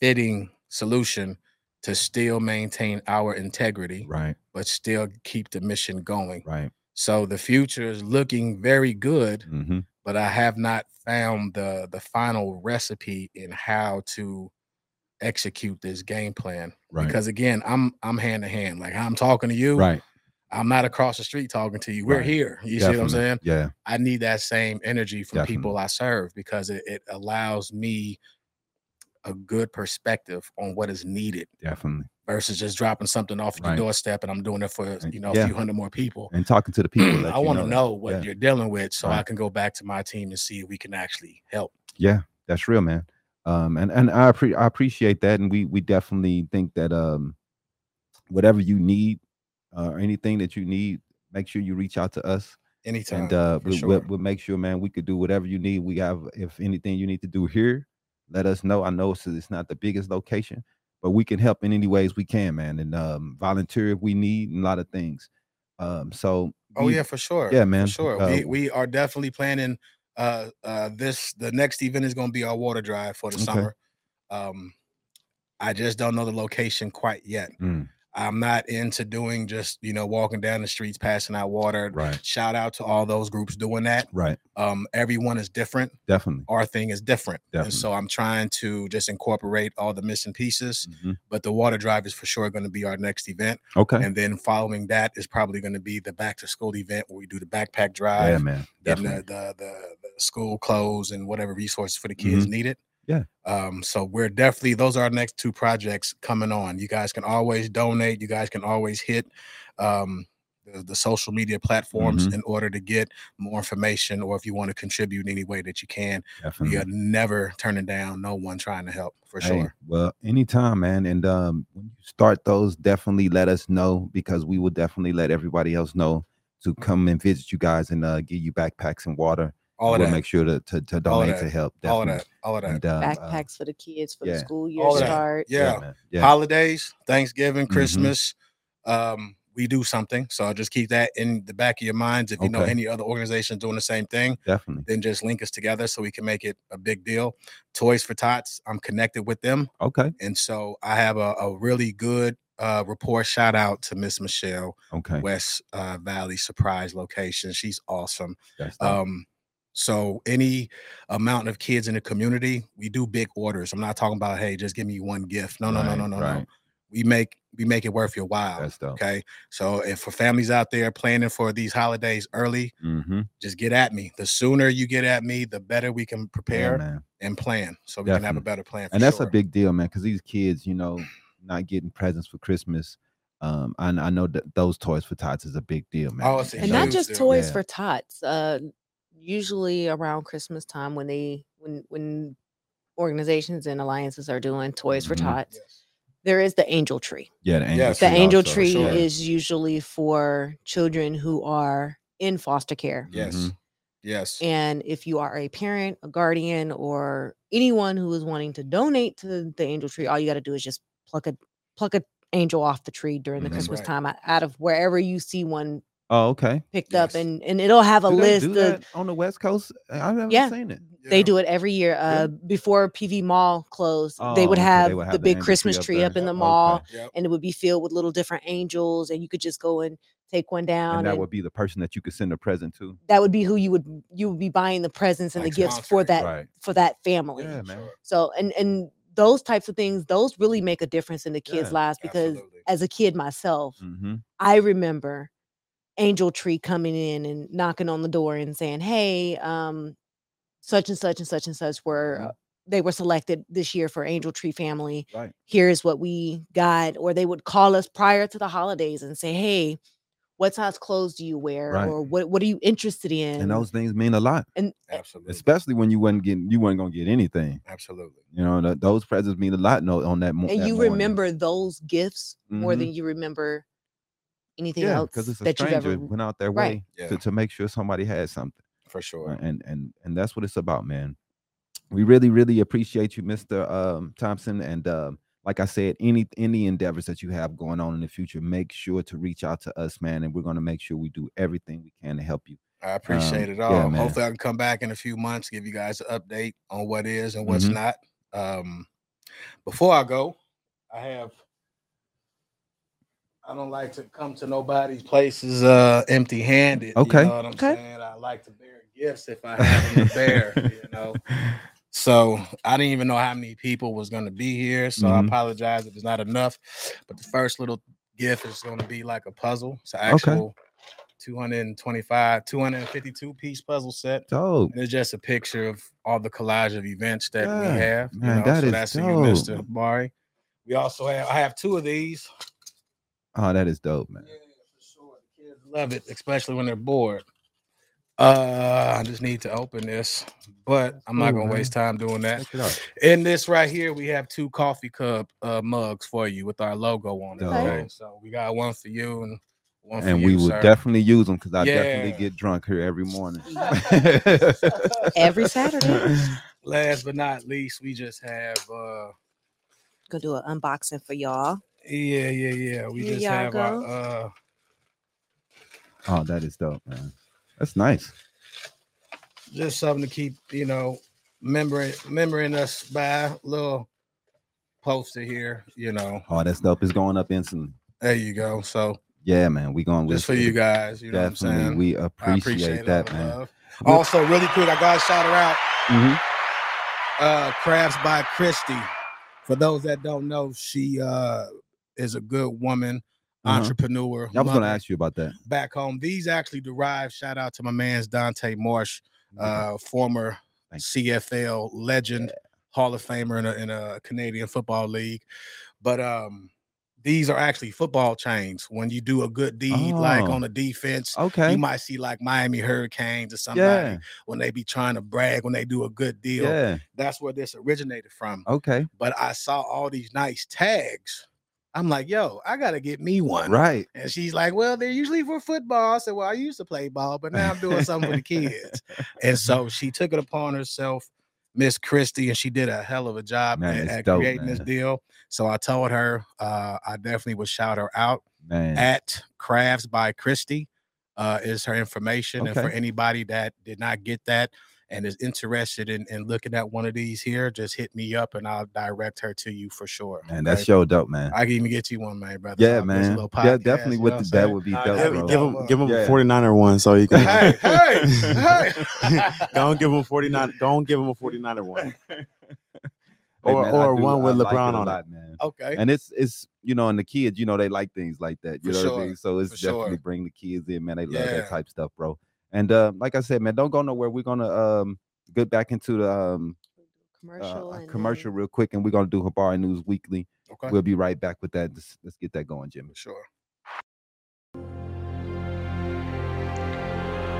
C: fitting solution to still maintain our integrity,
B: Right.
C: but still keep the mission going.
B: Right.
C: So the future is looking very good,
B: Mm-hmm.
C: but I have not found the the final recipe in how to execute this game plan.
B: Right.
C: Because again, I'm I'm hand to hand. Like I'm talking to you.
B: right.
C: I'm not across the street talking to you. We're
B: Right.
C: here. You see what I'm
B: Definitely.
C: saying?
B: Yeah.
C: I need that same energy from people I serve because it, it allows me a good perspective on what is needed
B: Definitely.
C: versus just dropping something off your
B: Right.
C: doorstep and I'm doing it for you know a
B: Yeah.
C: few hundred more people.
B: And talking to the people. let
C: I
B: you
C: want to
B: that.
C: know what
B: Yeah.
C: you're dealing with so I
B: Right.
C: can go back to my team and see if we can actually help.
B: Yeah, that's real, man. Um, and and I, appre- I appreciate that, and we we definitely think that um, whatever you need, uh, or anything that you need, make sure you reach out to us,
C: Anytime.
B: and uh,
C: for
B: we,
C: sure.
B: we'll, we'll make sure, man, we could do whatever you need. We have if anything you need to do here, let us know. I know it's, it's not the biggest location, but we can help in any ways we can, man, and um, volunteer if we need, and a lot of things. Um, so
C: oh
B: we-
C: yeah, for sure.
B: yeah, man,
C: For sure.
B: uh,
C: we, we are definitely planning uh uh this the next event is gonna be our water drive for the
B: Okay.
C: summer. Um I just don't know the location quite yet.
B: Mm.
C: I'm not into doing just, you know, walking down the streets, passing out water.
B: right,
C: Shout out to all those groups doing that.
B: right,
C: Um, everyone is different.
B: definitely,
C: Our thing is different. And
B: Definitely.
C: so I'm trying to just incorporate all the missing pieces.
B: Mhm.
C: but the water drive is for sure going to be our next event.
B: okay,
C: And then following that is probably going to be the back to school event where we do the backpack
B: yeah,
C: drive,
B: man,
C: getting
B: definitely,
C: the, the, the, the school clothes and whatever resources for the kids needed.
B: Mm-hmm. Yeah.
C: Um, so we're definitely those are our next two projects coming on. You guys can always donate. You guys can always hit um, the, the social media platforms
B: Mm-hmm.
C: in order to get more information, or if you want to contribute in any way that you can.
B: definitely.
C: We are never turning down no one trying to help for
B: Mm-hmm. Hey,
C: sure.
B: well, anytime, man. And um, when you start those, definitely let us know because we will definitely let everybody else know
C: Mm-hmm.
B: to come and visit you guys and uh, give you backpacks and water.
C: All of
B: we'll
C: that.
B: make sure to to, to
C: All of
B: donate to
C: that.
B: help.
C: all of
B: Definitely.
C: that. All of that.
B: And, um, uh,
E: Backpacks for the kids for
B: yeah.
E: the school year
C: All
B: that.
E: start.
C: Yeah.
B: man. Yeah.
C: holidays, Thanksgiving,
B: Mhm.
C: Christmas, um, we do something. So just keep that in the back of your minds. If you know
B: Okay.
C: any other organization doing the same thing,
B: definitely.
C: then just link us together so we can make it a big deal. Toys for Tots, I'm connected with them.
B: Okay.
C: And so I have a, a really good uh, report shout out to Miss Michelle,
B: Okay.
C: West uh, Valley Surprise location. She's awesome.
B: That's dope.
C: Um, so any amount of kids in the community, we do big orders. I'm not talking about hey, just give me one gift. No, no, no,
B: Right,
C: no, no, no.
B: right.
C: We make we make it worth your while.
B: That's dope.
C: okay. So if for families out there planning for these holidays early,
B: Mm-hmm.
C: just get at me. The sooner you get at me, the better we can prepare
B: man.
C: and plan. So we can have a
B: Definitely.
C: better plan. For
B: and that's
C: sure.
B: a big deal, man, because these kids, you know, not getting presents for Christmas. Um, I, I know that those toys for tots is a big deal, man.
C: Oh, it's a
E: And
C: Yeah.
E: not
C: huge
E: just
C: Yeah.
E: toys
B: Yeah.
E: for tots. Uh, usually around Christmas time when they when when organizations and alliances are doing toys for
D: Mm-hmm.
B: Mhm.
E: tots,
C: Yes.
E: there is the angel tree.
B: yeah, the angel
C: Yes.
E: The
B: tree
E: angel
B: also.
E: tree
C: sure.
E: is usually for children who are in foster care.
C: Yes.
B: Mhm.
C: Yes.
E: And if you are a parent, a guardian, or anyone who is wanting to donate to the angel tree, all you got to do is just pluck a pluck a angel off the tree during the
B: Mhm.
C: That's
E: Christmas
C: right.
E: time o- out of wherever you see one
B: Oh, okay.
E: picked up,
C: Yes.
E: and and it'll have a
B: Do they
E: list.
B: do
E: of,
B: that on the West Coast. I- I've never
E: Yeah.
B: seen it.
E: They
C: Yeah.
E: do it every year. Uh, before PV Mall closed, they
B: Oh, okay,
E: would
B: they
E: have,
B: would have
E: the
B: the
E: big
B: angel tree
E: Christmas
B: up
E: tree
B: there.
E: up in the
B: Okay.
E: mall,
C: Yep.
E: and it would be filled with little different angels, and you could just go and take one down.
B: And that would be the person that you could send a present to.
E: that would be who you would you would be buying the presents and
C: Like
E: the gifts for
C: sponsoring.
E: that
B: right.
E: for that family.
B: Yeah, man.
E: So and and those types of things, those really make a difference in the kids'
B: Yeah,
E: lives because
C: Absolutely.
E: as a kid myself,
B: Mm-hmm.
E: I remember Angel Tree coming in and knocking on the door and saying, "Hey, um, such and such and such and such were
B: Mhm.
E: uh, they were selected this year for Angel Tree Family.
B: Right.
E: Here's what we got." Or they would call us prior to the holidays and say, "Hey, what size clothes do you wear?
B: Right.
E: Or what what are you interested in?"
B: And those things mean a lot,
E: and uh,
C: Absolutely.
B: especially when you wasn't getting, you weren't gonna get anything.
C: Absolutely.
B: You know, th- those presents mean a lot. No, on that. Mo-
E: and
B: that
E: you
B: morning.
E: remember those gifts more
B: Mhm.
E: than you remember anything
B: yeah,
E: else
B: because it's a
E: that you've
B: stranger
E: ever
B: went out their
E: Right.
B: way
C: Yeah.
B: to, to make sure somebody had something.
C: For
B: Uh,
C: sure.
B: and and and that's what it's about man we really really appreciate you mr um thompson and um like i said any any endeavors that you have going on in the future make sure to reach out to us man and we're going to make sure we do everything we can to help you
C: I appreciate it
B: Um, yeah,
C: all.
B: man.
C: Hopefully, I can come back in a few months, give you guys an update on what is and what's
B: Mhm.
C: not. Um, before I go, I have. I don't like to come to nobody's places uh, empty-handed.
B: Okay.
C: You know what I'm
E: Okay.
C: saying? I like to bear gifts if I have them to bear. You know. So I didn't even know how many people was gonna be here. So
B: Mhm.
C: I apologize if it's not enough. But the first little gift is gonna be like a puzzle. It's an actual 225, 252 piece puzzle set.
B: dope
C: And it's just a picture of all the collage of events that we
B: Yeah,
C: have.
B: man, that
C: so
B: is
C: that's
B: dope.
C: Mr. Bari. We also have I have two of these.
B: oh that is dope man
C: Yeah, for sure. The kids love it, especially when they're bored. Uh, I just need to open this, but I'm
B: cool,
C: not gonna
B: Oh, man.
C: waste time doing that.
B: Check it out.
C: In this right here, we have two coffee cup uh, mugs for you with our logo on it.
B: Okay.
C: Okay? So we got one for you and one for
B: and
C: you,
B: we will
C: sir.
B: definitely use them because i definitely
C: Yeah.
B: get drunk here every morning
E: Every
B: Uh,
E: Saturday.
C: Last but not least, we just have uh
E: gonna do an unboxing for
B: uh,
E: y'all.
C: yeah, yeah, yeah. We
E: Here
C: just
E: y'all
C: have
E: go.
C: our uh
B: oh that is dope man that's nice
C: just something to keep, you know, remembering remembering us by little poster here, you know.
B: oh that stuff is going up instantly
C: There you go. So
B: yeah man we going with
C: just for
B: it.
C: you guys, you know what I'm
B: definitely
C: saying?
B: we
C: I
B: appreciate,
C: appreciate all
B: that
C: the
B: man
C: love.
B: We'll-
C: Also, really quick, I gotta shout her out.
B: Mhm.
C: uh crafts by christy for those that don't know she uh is a good woman
B: Uh-huh. I
C: entrepreneur
B: was going to
C: mother
B: ask you about that.
C: back home these actually derive shout out to my man's dante marsh uh former
B: Thank
C: cfl legend hall of famer in a, in a canadian football league but um these are actually football chains when you do a good deed like
B: Oh.
C: on the defense
B: okay.
C: you might see like miami hurricanes or somebody
B: Yeah.
C: when they be trying to brag when they do a good deal
B: Yeah.
C: that's where this originated from.
B: Okay.
C: But I saw all these nice tags. I'm like, yo, I gotta get me one.
B: Right.
C: And she's like, well, they're usually for football. I said, well, I used to play ball, but now I'm doing something for the kids. And so she took it upon herself, Miss Christie, and she did a hell of a job
B: Man,
C: at,
B: it's
C: at
B: dope,
C: creating this
B: man.
C: deal. So I told her, uh, I definitely would shout her out
B: Man.
C: at Crafts by Christie uh, is her information. And for
B: Okay.
C: anybody that did not get that and is interested in, in looking at one of these here, just hit me up and I'll direct her to you for sure.
B: man, that's
C: okay?
B: your dope, man.
C: I can even get you one, man, brother.
B: yeah,
C: I'll put you a
B: man.
C: little
B: Yeah,
C: podcast,
B: definitely.
C: you
B: What
C: know
B: the,
C: I'm
B: that
C: saying?
B: would be
C: I
B: dope,
C: have-
B: bro.
D: give him, give him
B: Yeah.
D: a 49er one so you can.
C: Hey, hey, hey.
D: don't give him a 49. Don't give him a 49er one.
B: Hey,
D: Or-
B: I
D: or one with
B: I like it
D: LeBron
B: a
D: on it.
B: lot, man.
C: Okay.
B: And it's it's you know, and the kids, you know, they like things like that. You know
C: For
B: what I
C: sure,
B: mean? So it's
C: for
B: definitely
C: sure.
B: bring the kids in, man. They love
C: Yeah.
B: that type stuff, bro. And uh, like I said, man, don't go nowhere. We're gonna um get back into the um
E: Commercial
B: commercial, uh,
E: and
B: commercial
E: then-
B: real quick, and we're gonna do Habari News Weekly.
C: Okay.
B: We'll be right back with that. Let's, let's get that going, Jimmy.
C: For sure.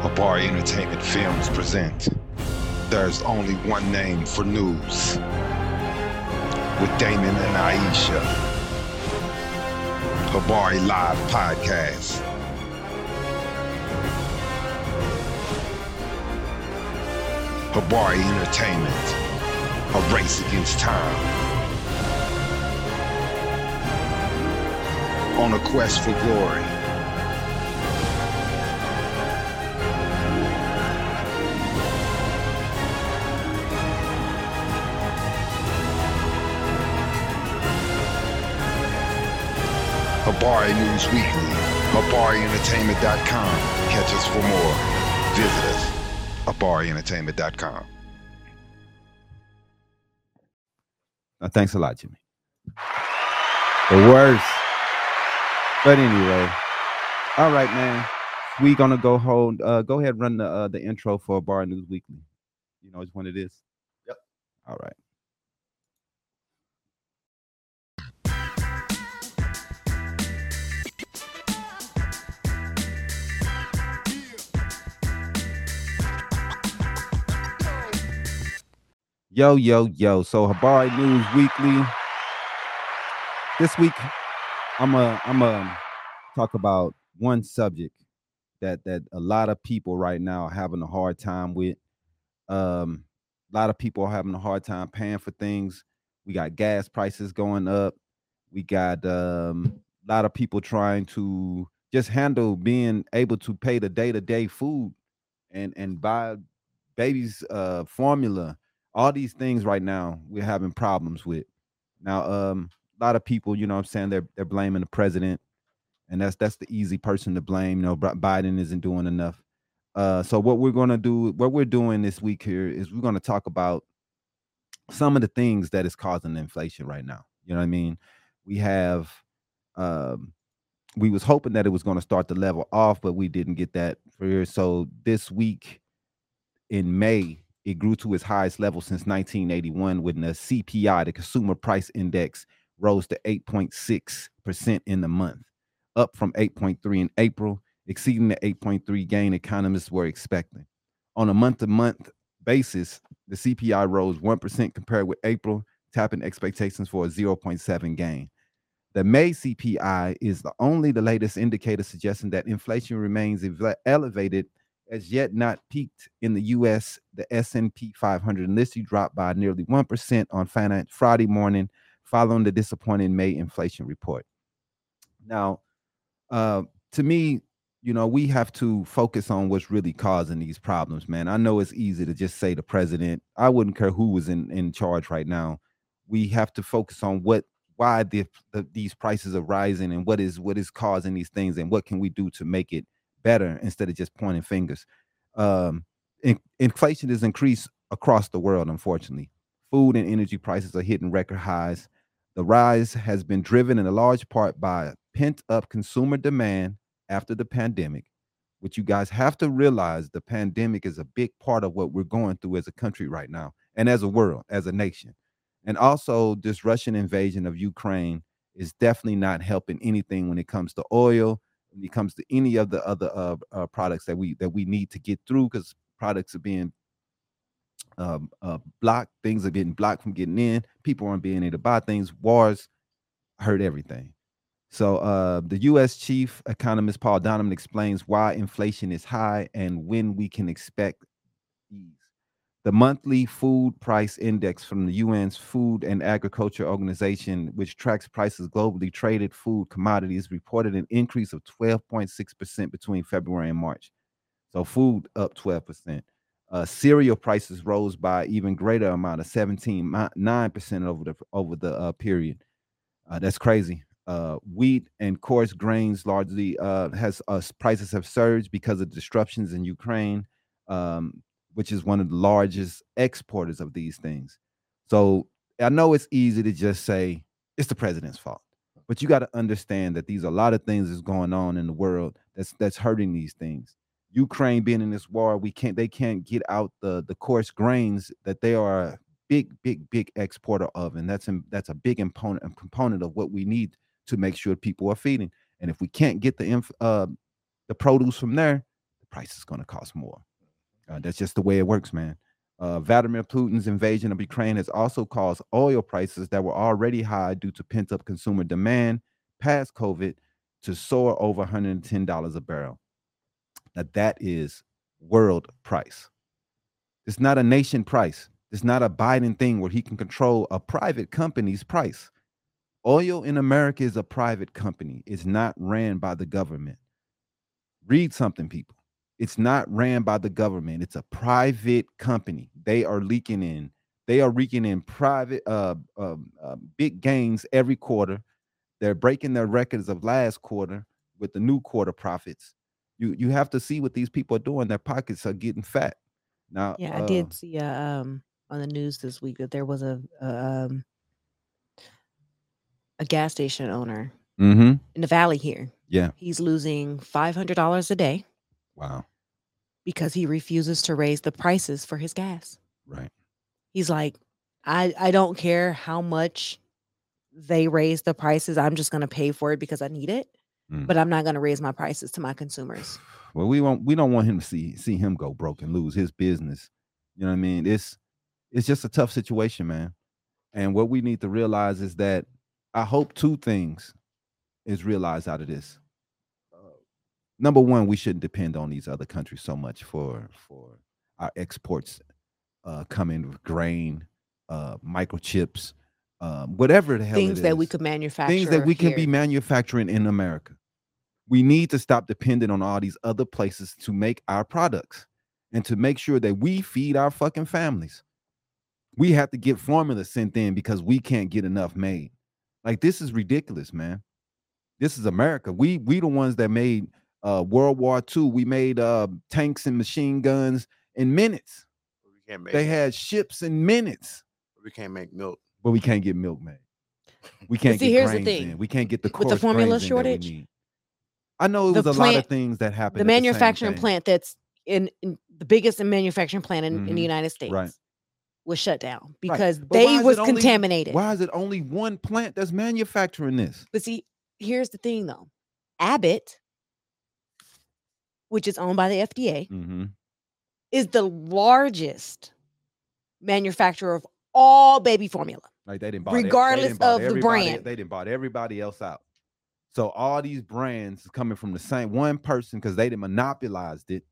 F: Habari Entertainment Films present There's Only One Name for News with Damon and Aisha. Habari Live Podcast. Habari Entertainment, a race against time. On a quest for glory. Habari News Weekly, HabariEntertainment.com. Catch us for more. Visit us, HabariEntertainment.com.
B: Uh, thanks a lot, Jimmy. The worst. But anyway, all right, man. We gonna go hold. Uh, go ahead, run the uh, the intro for Bar News Weekly. You know which one it is. Yep. All right. Yo, yo, yo. So Habari News Weekly. This week, I'm a I'm a talk about one subject that that a lot of people right now are having a hard time with. Um, a lot of people are having a hard time paying for things. We got gas prices going up. We got um, a lot of people trying to just handle being able to pay the day to day food and and buy babies uh, formula all these things right now we're having problems with. Now, um, a lot of people, you know, what I'm saying they're they're blaming the president, and that's that's the easy person to blame. You know, Bri- Biden isn't doing enough. Uh, so what we're gonna do, what we're doing this week here is we're gonna talk about some of the things that is causing inflation right now. You know what I mean? We have, um, we was hoping that it was gonna start to level off, but we didn't get that for here. So this week in May, it grew to its highest level since 1981 when the CPI, the Consumer Price Index, rose to 8.6% in the month, up from 8.3 in April, exceeding the 8.3 gain economists were expecting. On a month-to-month basis, the CPI rose 1% compared with April, tapping expectations for a 0.7 gain. The May CPI is the only the latest indicator suggesting that inflation remains eve- elevated as yet not peaked in the U.S. The S&P 500 initially dropped by nearly one percent on finance Friday morning, following the disappointing May inflation report. Now, uh, to me, you know, we have to focus on what's really causing these problems, man. I know it's easy to just say the president. I wouldn't care who was in in charge right now. We have to focus on what why the, the, these prices are rising and what is what is causing these things and what can we do to make it better instead of just pointing fingers. Um, in- inflation has increased across the world, unfortunately. Food and energy prices are hitting record highs. The rise has been driven in a large part by pent up consumer demand after the pandemic. Which you guys have to realize the pandemic is a big part of what we're going through as a country right now and as a world, as a nation. And also, this Russian invasion of Ukraine is definitely not helping anything when it comes to oil, when it comes to any of the other uh, uh, products that we that we need to get through because products are being um, uh, blocked, things are getting blocked from getting in. People aren't being able to buy things. Wars hurt everything. So uh, the U.S. chief economist Paul Donovan explains why inflation is high and when we can expect ease. The monthly food price index from the UN's Food and Agriculture Organization, which tracks prices globally traded food commodities, reported an increase of 12.6% between February and March. So food up 12%. Uh, cereal prices rose by even greater amount of 17.9% over the over the uh, period. Uh, that's crazy. Uh, wheat and coarse grains largely uh, has uh, s- prices have surged because of disruptions in Ukraine. Um, which is one of the largest exporters of these things. So I know it's easy to just say it's the president's fault, but you got to understand that these are a lot of things that's going on in the world that's that's hurting these things. Ukraine being in this war, we can't they can't get out the the coarse grains that they are a big big big exporter of, and that's in, that's a big component component of what we need to make sure people are feeding. And if we can't get the inf- uh, the produce from there, the price is going to cost more. Uh, that's just the way it works, man. Uh, Vladimir Putin's invasion of Ukraine has also caused oil prices that were already high due to pent up consumer demand past COVID to soar over $110 a barrel. Now, that is world price. It's not a nation price. It's not a Biden thing where he can control a private company's price. Oil in America is a private company. It's not ran by the government. Read something, people. It's not ran by the government. It's a private company. They are leaking in. They are reeking in private uh, uh, uh, big gains every quarter. They're breaking their records of last quarter with the new quarter profits. You you have to see what these people are doing. Their pockets are getting fat. Now,
E: Yeah, I
B: uh,
E: did see uh, um on the news this week that there was a, a um a gas station owner
B: mhm.
E: in the valley here.
B: Yeah.
E: He's losing five hundred dollars a day
B: Wow.
E: because he refuses to raise the prices for his gas.
B: Right.
E: He's like, I I don't care how much they raise the prices. I'm just gonna pay for it because I need it.
B: Mm.
E: But I'm not gonna raise my prices to my consumers.
B: Well, we won't. We don't want him to see see him go broke and lose his business. You know what I mean? It's it's just a tough situation, man. And what we need to realize is that I hope two things is realized out of this. Uh, Number one, we shouldn't depend on these other countries so much for for our exports uh, coming with grain, uh, microchips, uh, whatever the hell
E: Things
B: it
E: that we
B: is
E: could manufacture.
B: things that we can be
E: here.
B: manufacturing in America. We need to stop depending on all these other places to make our products and to make sure that we feed our fucking families. We have to get formula sent in because we can't get enough made. Like this is ridiculous, man. This is America. We we the ones that made uh World War II. We made uh tanks and machine guns in minutes.
D: We can't make
B: They had ships in minutes,
D: we can't make milk.
B: but we can't get milk made. We can't
E: see,
B: get
E: here's the
B: grains
E: thing.
B: in. We can't get the
E: With the
B: coarse
E: formula
B: grains in that we
E: shortage,
B: need. I know it
E: the
B: was a lot
E: plant-
B: of things that happened.
E: the
B: at same
E: manufacturing
B: thing.
E: plant that's in, in the biggest manufacturing plant in, in the
B: Mhm.
E: United States was shut down
B: Right.
E: because
B: But why
E: they
B: is it
E: was
B: only-
E: contaminated.
B: Why is it only one plant that's manufacturing this?
E: But see, here's the thing though. Abbott, which is owned by the FDA,
B: Mm-hmm.
E: is the largest manufacturer of all baby formula.
B: Like they didn't bought ev- they
E: Regardless
B: didn't bought
E: of the
B: everybody-
E: brand.
B: They didn't bought everybody else out. So all these brands is coming from the same one person because they didn't monopolized it.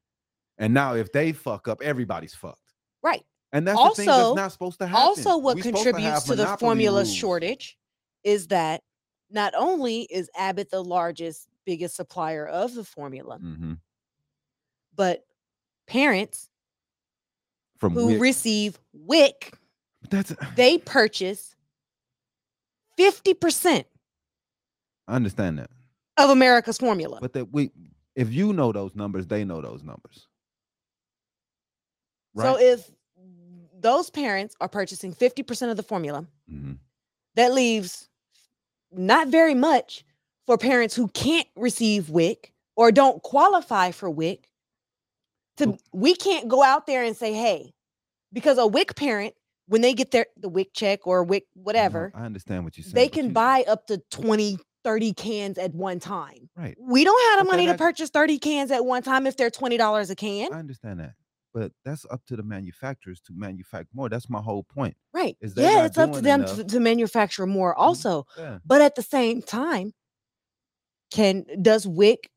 B: And now if they fuck up, everybody's fucked.
E: Right.
B: And that's the thing that's
E: Also-
B: not supposed to happen.
E: Also, what
B: We supposed
E: contributes
B: have
E: to, the
B: monopoly
E: formula
B: rules.
E: shortage is that not only is Abbott the largest, biggest supplier of the formula,
B: Mhm.
E: but parents
B: From
E: who
B: Wick.
E: receive WIC,
B: that's
E: they purchase 50%
B: I understand that.
E: of America's formula.
B: But that we, if you know those numbers, they know those numbers.
E: So if those parents are purchasing 50% of the formula,
B: Mhm.
E: that leaves not very much for parents who can't receive WIC or don't qualify for WIC.
B: Mm.
E: To, we can't go out there and say, hey, because a WIC parent, when they get their the WIC check or WIC
B: I know-
E: whatever,
B: I understand what you're saying.
E: they
B: but
E: can
B: you-
E: buy up to 20, 30 cans at one time.
B: Right.
E: We don't have the
B: But
E: money
B: they're
E: to
B: not-
E: purchase 30 cans at one time if they're $20 a can.
B: I understand that, but that's up to the manufacturers to manufacture more. That's my whole point.
E: Right.
B: is they're
E: Yeah,
B: not
E: it's up to
B: doing
E: them
B: enough. Mm.
E: to, to manufacture more also.
B: Yeah.
E: But at the same time, can does WIC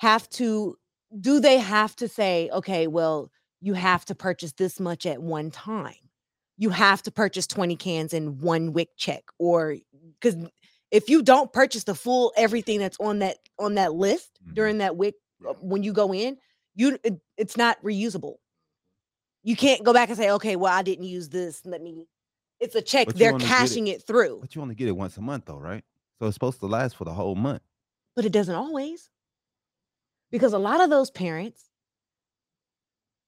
E: have to do they have to say, okay, well, you have to purchase this much at one time. You have to purchase 20 cans in one WIC check or cuz if you don't purchase the full everything that's on that on that list
B: Mhm.
E: during that WIC uh, when you go in, you it, it's not reusable. You can't go back and say, okay, well, I didn't use this. Let me. It's a check.
B: But you
E: They're
B: only get it-
E: cashing it. through,
B: But you only get it once a month, though, right? So it's supposed to last for the whole month.
E: but it doesn't always, because a lot of those parents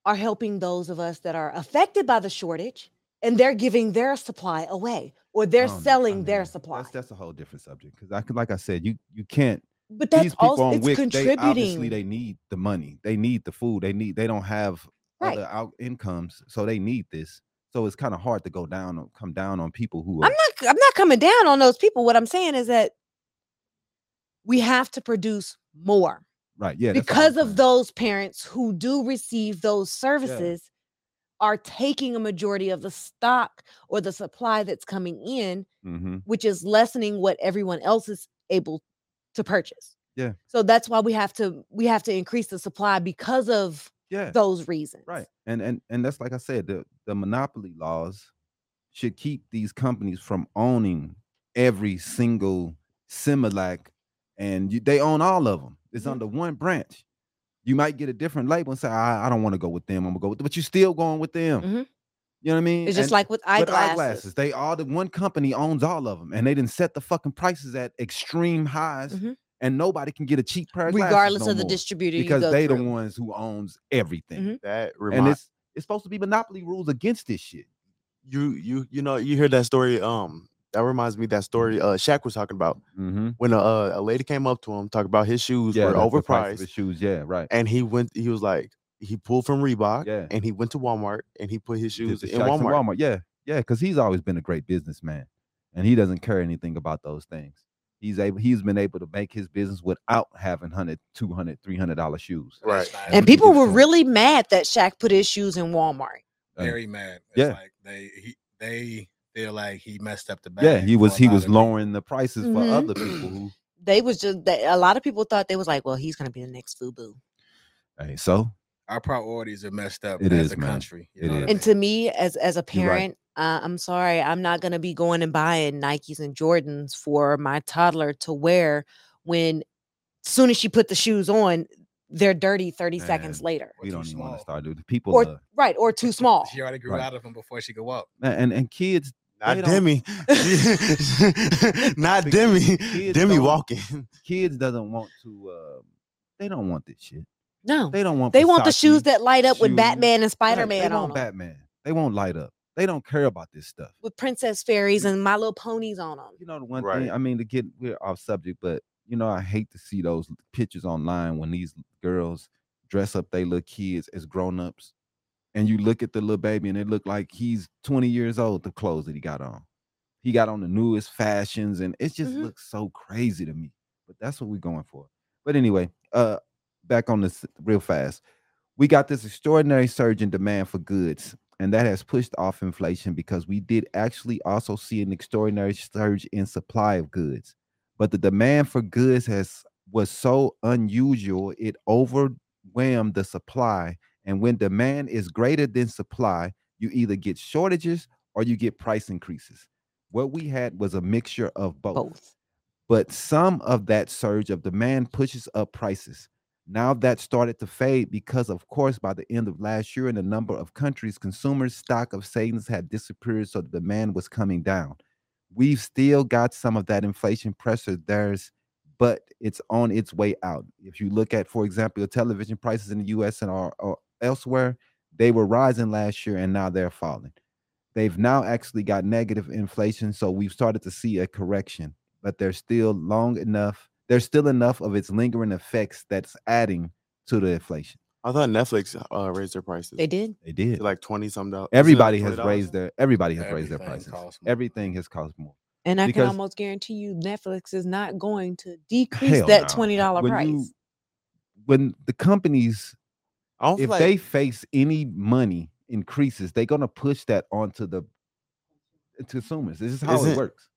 E: are helping those of us that are affected by the shortage, and they're giving their supply away or
B: I
E: they're
B: don't know. Oh, I
E: selling their
B: mean,
E: supply.
B: That's, that's a whole different subject because I could, like I said, you you can't.
E: but that's
B: these people
E: also
B: on
E: it's
B: WIC, they
E: contributing.
B: obviously they need the money, they need the food, they need they don't have
E: right.
B: other out incomes, so they need this. So it's kind of hard to go down on come down on people who are
E: I'm not I'm not coming down on those people. What I'm saying is that we have to produce more.
B: right. Yeah, that's all I'm
E: because of
B: saying.
E: those parents who do receive those services are taking a majority of the stock or the supply that's coming in
B: Mhm.
E: which is lessening what everyone else is able to purchase
B: Yeah.
E: so that's why we have to we have to increase the supply because of
B: Yeah.
E: those reasons.
B: Right. And and and that's like I said, the, the monopoly laws should keep these companies from owning every single Similac and you, they own all of them. It's under one branch. You might get a different label and say, I, I don't want to go with them. I'm gonna go with them, but you're still going with them.
E: Mhm.
B: You know what I mean?
E: It's just
B: And-
E: like with
B: but
E: eyeglasses.
B: They all the one company owns all of them, and they didn't set the fucking prices at extreme highs,
E: Mhm.
B: and nobody can get a cheap pair of glasses
E: regardless
B: no
E: of the
B: more
E: distributor
B: because
E: you go
B: they
E: through.
B: the ones who owns everything.
E: Mhm.
D: That
B: And
D: reminds
B: it's it's supposed to be monopoly rules against this shit.
D: you you you know you hear that story. Um, that reminds me that story uh Shaq was talking about
B: Mm-hmm.
D: when a, uh, a lady came up to him talking about his shoes were overpriced,
B: shoes. Yeah, right.
D: and he went. He was like he pulled from Reebok,
B: Yeah.
D: and he went to Walmart and he put his
B: Did
D: shoes
B: the
D: in
B: Shaqs
D: Walmart.
B: in Yeah, yeah, because he's always been a great businessman, and he doesn't care anything about those things. He's able. He's been able to make his business without having 100 200 300 dollar shoes.
C: That's
D: Right.
C: not-
E: and people were
B: Different.
E: really mad that Shaq put his shoes in Walmart.
B: Uh,
C: very mad. It's
B: yeah.
C: like they he, they feel like he messed up the bag.
B: Yeah, he
C: for
B: was
C: a
B: he
C: lot
B: was
C: of people.
B: lowering the prices for
E: Mhm.
B: other people who
E: They was just that a lot of people thought they was like, well, he's gonna be the next FUBU.
B: hey, so
C: Our priorities are messed up
B: It
C: as
B: is,
C: a
B: man.
C: country.
B: It
C: what I
B: is.
C: mean?
E: And to me, as as a
B: You're right.
E: parent, uh, I'm sorry, I'm not gonna be going and buying Nikes and Jordans for my toddler to wear when soon as she put the shoes on, they're dirty 30 seconds
B: Man,
E: later.
C: Or
B: we
C: too
B: don't even want to
C: small.
B: start doing people
E: Or
B: are
E: right, or too small.
C: She already grew
B: Right.
C: out of him before she could walk.
B: man, and and kids
D: Not
B: They don't-
D: Demi. Not Demi.
B: Kids
D: Demi
B: don't-
D: walking.
B: kids doesn't want to uh, they don't want this shit.
E: No.
B: They don't want
E: They want the shoes
B: Versace.
E: that light up with
B: shoes.
E: Batman and
B: Right,
E: Spider Man
B: They
E: on
B: want
E: them.
B: Batman. They won't light up. They don't care about this stuff.
E: with princess fairies and my little ponies on them.
B: You know the one
D: Right.
B: thing. I mean, to get we're off subject, but you know, I hate to see those l- pictures online when these girls dress up they little kids as grown ups, and you look at the little baby and it look like he's twenty years old. The clothes that he got on, he got on the newest fashions, and it just
E: Mhm.
B: looks so crazy to me. But that's what we're going for. But anyway, uh, back on this real fast. We got this extraordinary surge in demand for goods, and that has pushed off inflation because we did actually also see an extraordinary surge in supply of goods. But the demand for goods has was so unusual it overwhelmed the supply. And when demand is greater than supply, you either get shortages or you get price increases. What we had was a mixture of
E: Both.
B: but some of that surge of demand pushes up prices. Now that started to fade because, of course, by the end of last year, in a number of countries, consumers' stock of savings had disappeared, so the demand was coming down. We've still got some of that inflation pressure there's, but it's on its way out. If you look at, for example, television prices in the U.S. and or, or elsewhere, they were rising last year and now they're falling. They've now actually got negative inflation, so we've started to see a correction but there's still long enough. There's still enough of its lingering effects that's adding to the inflation.
D: I thought Netflix uh, raised their prices.
E: They did.
B: They did.
D: to like twenty some dollars.
B: Everybody has raised their. Everybody has raised their
C: Everything
B: prices.
C: costs more.
B: Everything has cost more.
E: And I
B: Because-
E: can almost guarantee you Netflix is not going to decrease
B: Hell
E: that
B: no.
E: $20
B: When
E: price.
B: you- When the companies,
D: I don't feel
B: if
D: like
B: they face any money increases, they're gonna push that onto the consumers. This is how it
D: Isn't-
B: works.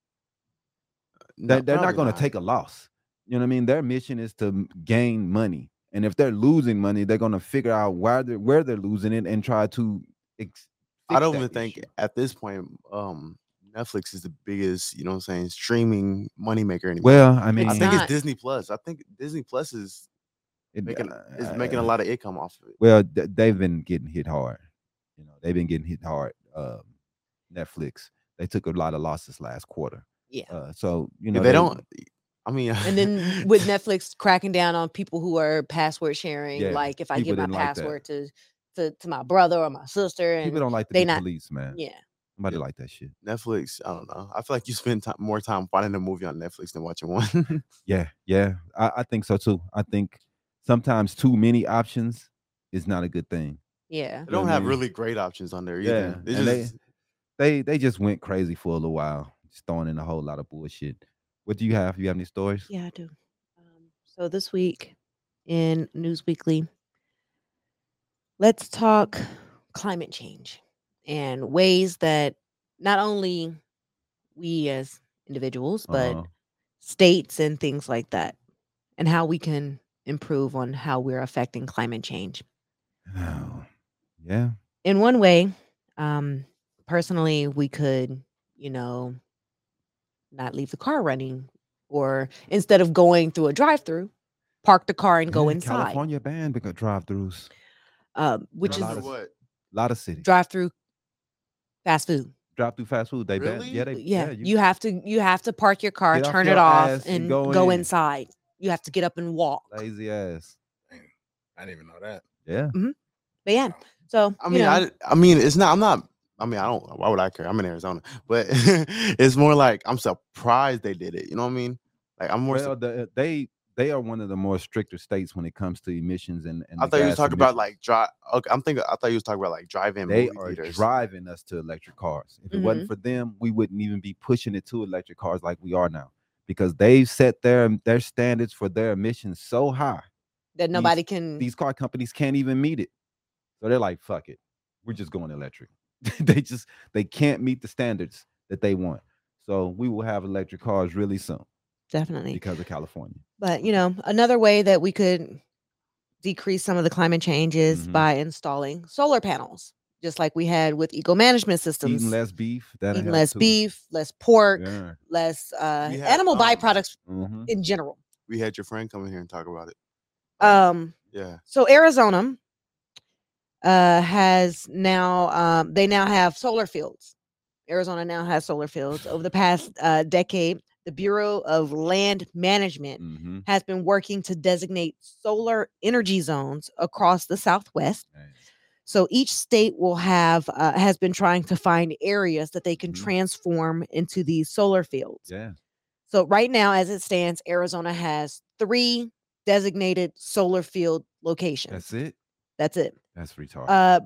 D: no,
B: They- they're not
D: probably
B: going to take a loss. You know what I mean? Their mission is to m- gain money, and if they're losing money, they're going to figure out why they're where they're losing it and try to. Ex-
D: I
B: fix
D: don't
B: that
D: even think
B: issue.
D: at this point, um, Netflix is the biggest. You know what I'm saying? Streaming moneymaker anymore.
B: Well, I mean,
D: I think
E: not.
D: it's Disney Plus. I think Disney Plus is
B: it-
D: making is
B: uh,
D: making a lot of income off of it.
B: Well, th- they've been getting hit hard. You know, they've been getting hit hard. Um, Netflix, they took a lot of losses last quarter.
E: Yeah.
B: Uh, so you
D: If
B: know
D: they don't. I mean,
E: and then with Netflix cracking down on people who are password sharing,
B: Yeah,
E: like if I
B: people
E: give my
B: didn't like that.
E: password to, to to my brother or my sister, and
B: people don't like to
E: they
B: be
E: not-
B: police, man.
E: yeah,
B: Nobody like that shit.
D: Netflix, I don't know. I feel like you spend time, more time finding a movie on Netflix than watching one.
B: Yeah, yeah, I, I think so too. I think sometimes too many options is not a good thing.
E: yeah,
D: They
B: know
D: don't
B: what I
D: have
B: mean?
D: really great options on there
B: Yeah,
D: either. They
B: and they-
D: just-
B: They they just went crazy for a little while, just throwing in a whole lot of bullshit. What do you have? You have any stories?
E: yeah, I do. Um, so this week in News Weekly, let's talk climate change and ways that not only we as individuals, but
B: Uh-huh.
E: states and things like that, and how we can improve on how we're affecting climate change.
B: yeah.
E: in one way, um, personally, we could, you know, not leave the car running, or instead of going through a drive-through, park the car and go
B: Yeah,
E: inside,
B: Mm-hmm. California banned because drive-throughs.
E: uh, which
B: a
E: is
B: lot of-
D: what?
B: A lot of cities
E: drive-through fast food.
B: drive-through fast food. They banned. Yeah, they,
D: Really?
E: Yeah, you, have to you have to park your car,
B: Get off
E: turn
B: your
E: it off,
B: ass
E: and,
B: and
E: go,
B: go in.
E: inside. You have to get up and walk.
B: lazy ass.
C: I didn't even know that.
B: Yeah.
E: But yeah, so
D: I mean, I, I mean, it's not. I'm not. I mean, I don't. Why would I care? I'm in Arizona, but it's more like I'm surprised they did it. You know what I mean? Like I'm more. sur-
B: Well, the, they they are one of the more stricter states when it comes to emissions and. and
D: I
B: the
D: thought you was
B: gas
D: talking about
B: emissions.
D: like drive. Okay, I'm thinking. I thought you was talking about like drive-in
B: They
D: movie
B: are
D: theaters.
B: driving us to electric cars. If it
E: Mm-hmm.
B: wasn't for them, we wouldn't even be pushing it to electric cars like we are now, because they've set their their standards for their emissions so high
E: that nobody can.
B: these car companies can't even meet it. So they're like, fuck it. We're just going electric. they just they can't meet the standards that they want. So we will have electric cars really soon
E: definitely.
B: because of California.
E: But you know, another way that we could decrease some of the climate change is
D: Mm-hmm.
B: Mhm.
E: by installing solar panels, just like we had with eco management systems.
B: Eating less beef, that
E: Eating less beef, less pork, less uh,
D: We had,
E: animal
D: um,
E: byproducts
B: Mm-hmm.
E: in general.
D: We had your friend come in here and talk about it.
E: Um,
D: Yeah.
E: so Arizona uh, has now um, they now have solar fields. Arizona now has solar fields. Over the past uh, decade, the Bureau of Land Management
B: hmm
E: has been working to designate solar energy zones across the Southwest. So each state will have uh, has been trying to find areas that they can
B: Mhm.
E: transform into these solar fields.
B: Yeah.
E: So right now, as it stands, Arizona has three designated solar field locations.
B: That's it.
E: That's it.
B: That's retarded.
E: Uh,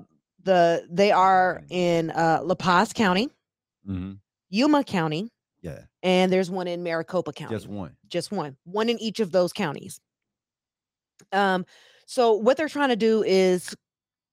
E: the they are
B: Alrighty.
E: in uh, La Paz County,
B: Mhm.
E: Yuma County,
B: Yeah.
E: and there's one in Maricopa County.
B: Just one.
E: Just one. One in each of those counties. Um, so what they're trying to do is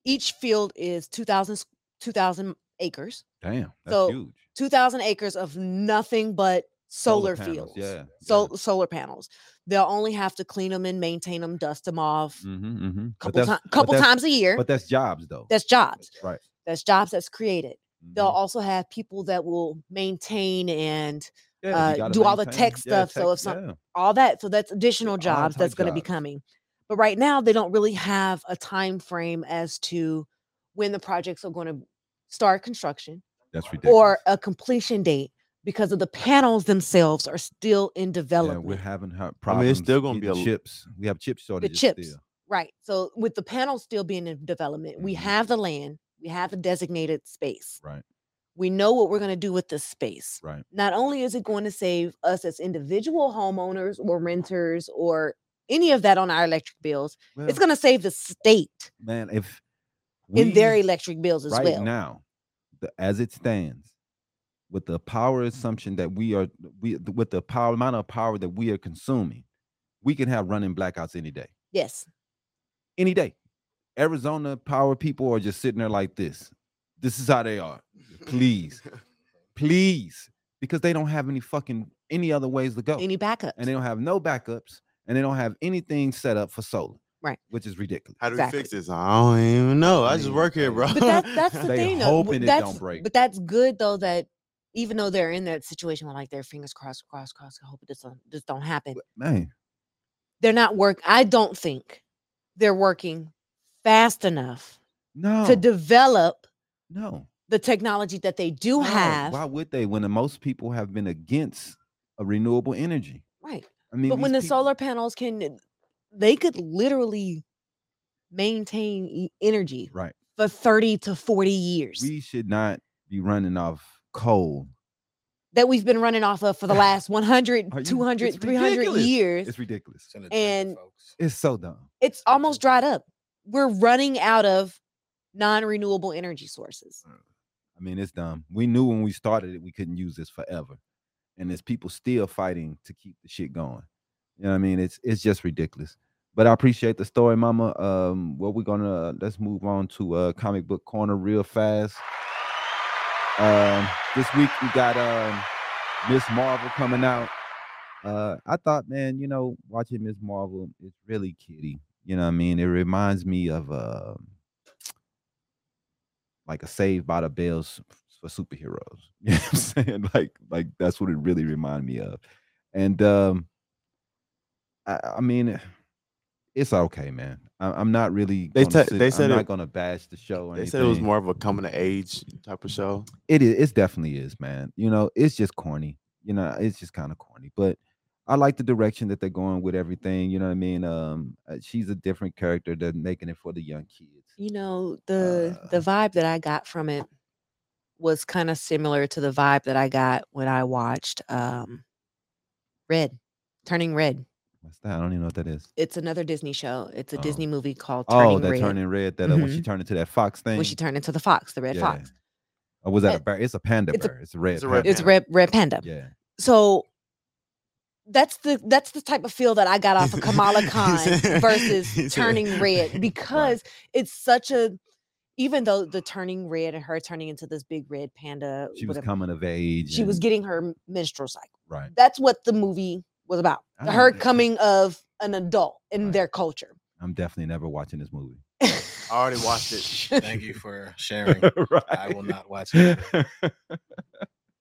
E: each field is 2,000 s- 2,000 acres,
B: Damn. That's
E: So,
B: huge.
E: 2,000 acres of nothing but solar,
B: panels,
E: fields.
B: Yeah.
E: So solar panels. They'll only have to clean them and maintain them, dust them off a
B: Mm-hmm, mm-hmm.
E: couple times couple times a year.
B: But that's jobs though.
E: that's jobs.
B: right.
E: That's jobs that's created.
B: Mhm.
E: they'll also have people that will maintain and
B: Mm-hmm. Yeah, you
E: uh,
B: gotta
E: do all the
B: maintain.
E: tech
B: Yeah,
E: stuff, so if some-
B: yeah.
E: all that so that's additional
B: all
E: jobs that's
B: type
E: going to be
B: jobs.
E: coming but right now they don't really have a time frame as to when the projects are going to start construction
B: that's ridiculous.
E: or a completion date because of the panels themselves are still in
B: Yeah,
E: development
B: we're having hot
D: I
B: problems.
D: mean, it's still gonna be
B: getting
D: a-
B: chips. We have chip shortages.
E: chips.
B: Still.
E: right so with the panels still being in development we
B: Mhm.
E: have the land we have the designated space
B: Right.
E: we know what we're going to do with this space
B: Right.
E: not only is it going to save us as individual homeowners or renters or any of that on our electric bills,
B: Well,
E: it's going to save the state
B: man, if
E: in their
B: we
E: electric bills as
B: right
E: well.
B: now, the, as it stands, with the power assumption that we are we with the power amount of power that we are consuming, we can have running blackouts any day.
E: Yes.
B: Any day. Arizona power people are just sitting there like this. This is how they are. Please, please, because they don't have any fucking any other ways to go.
E: Any backups?
B: Oh, and they don't have no backups and they don't have anything set up for solar.
E: Right.
B: Which is ridiculous.
D: How do
E: Exactly.
D: we fix this? I don't even know. I just
B: mean,
D: work here, bro.
E: but that's that's the
B: They
E: thing though.
B: hoping
E: w-
B: it
E: That's,
B: don't break.
E: But that's good though that even though they're in that situation where like their fingers crossed, crossed, crossed, I hope this don't this don't happen.
B: Man,
E: They're not work I don't think they're working fast enough
B: no.
E: to develop
B: no.
E: the technology that they do
B: no.
E: have.
B: Why would they when the most people have been against a renewable energy?
E: Right.
B: I mean,
E: But when the
B: these people-
E: solar panels can, they could literally maintain e- energy
B: right,
E: for 30 to 40 years
B: we should not be running off coal.
E: that we've been running off of for the last 100,
B: Are you-
E: 200,
B: it's
E: 300
B: ridiculous.
E: years.
B: It's ridiculous.
C: It's an
E: And-
C: agenda, folks.
B: It's so dumb.
E: It's almost dried up. We're running out of non renewable energy sources.
B: I mean, it's dumb. We knew when we started it we couldn't use this forever. And there's people still fighting to keep the shit going. You know what I mean? It's it's just ridiculous. But I appreciate the story, mama. Um, what we're gonna let's move on to uh comic book corner real fast. Um this week we got um Miss Marvel coming out. Uh I thought, man, you know, watching Miss Marvel, it's really kitty. You know what I mean? It reminds me of uh like a Saved by the Bells for superheroes. You know what I'm saying? Like, like that's what it really reminded me of. And um, I, I mean, it's okay, man. I, I'm not really.
D: They
B: gonna
D: ta-
B: sit-
D: they
B: I'm
D: said
B: not
D: it-
B: gonna bash the show. Or
D: They said it was
B: anything.
D: more of a coming of age type of show.
B: It is. It definitely is, man. You know, it's just corny. You know, it's just kind of corny. But I like the direction that they're going with everything. You know what I mean? Um, uh, she's a different character. They're making it for the young kids.
E: you know the
B: Uh,
E: the vibe that i got from it was kind of similar to the vibe that i got when i watched um red turning red
B: What's that? I don't even know what that is.
E: it's another disney show it's a
B: Oh.
E: disney movie called turning
B: Oh, that
E: red Mm-hmm.
B: turning red. That uh, when she turned into that fox thing.
E: when she turned into the fox the red
B: Yeah.
E: fox
B: Or was that a
E: But
B: bear? It's a panda
E: it's a-
B: bear. It's a red.
D: it's a red
E: it's
D: Panda.
E: red red panda
B: Yeah.
E: so that's the that's the type of feel that I got off of Kamala
D: He
E: Khan
D: said- he
E: versus
D: said-
E: turning red
D: Right.
E: because it's such a even though the turning red and her turning into this big red panda
B: She was
E: whatever,
B: coming of age.
E: she was
B: and-
E: getting her m- menstrual cycle.
B: right.
E: That's what the movie was about.
B: I
E: Her
B: don't-
E: coming of an adult in
B: Right.
E: their culture.
B: I'm definitely never watching this movie.
E: I
D: I already watched it.
C: Thank you for sharing.
B: right.
C: I will not watch it.
B: not.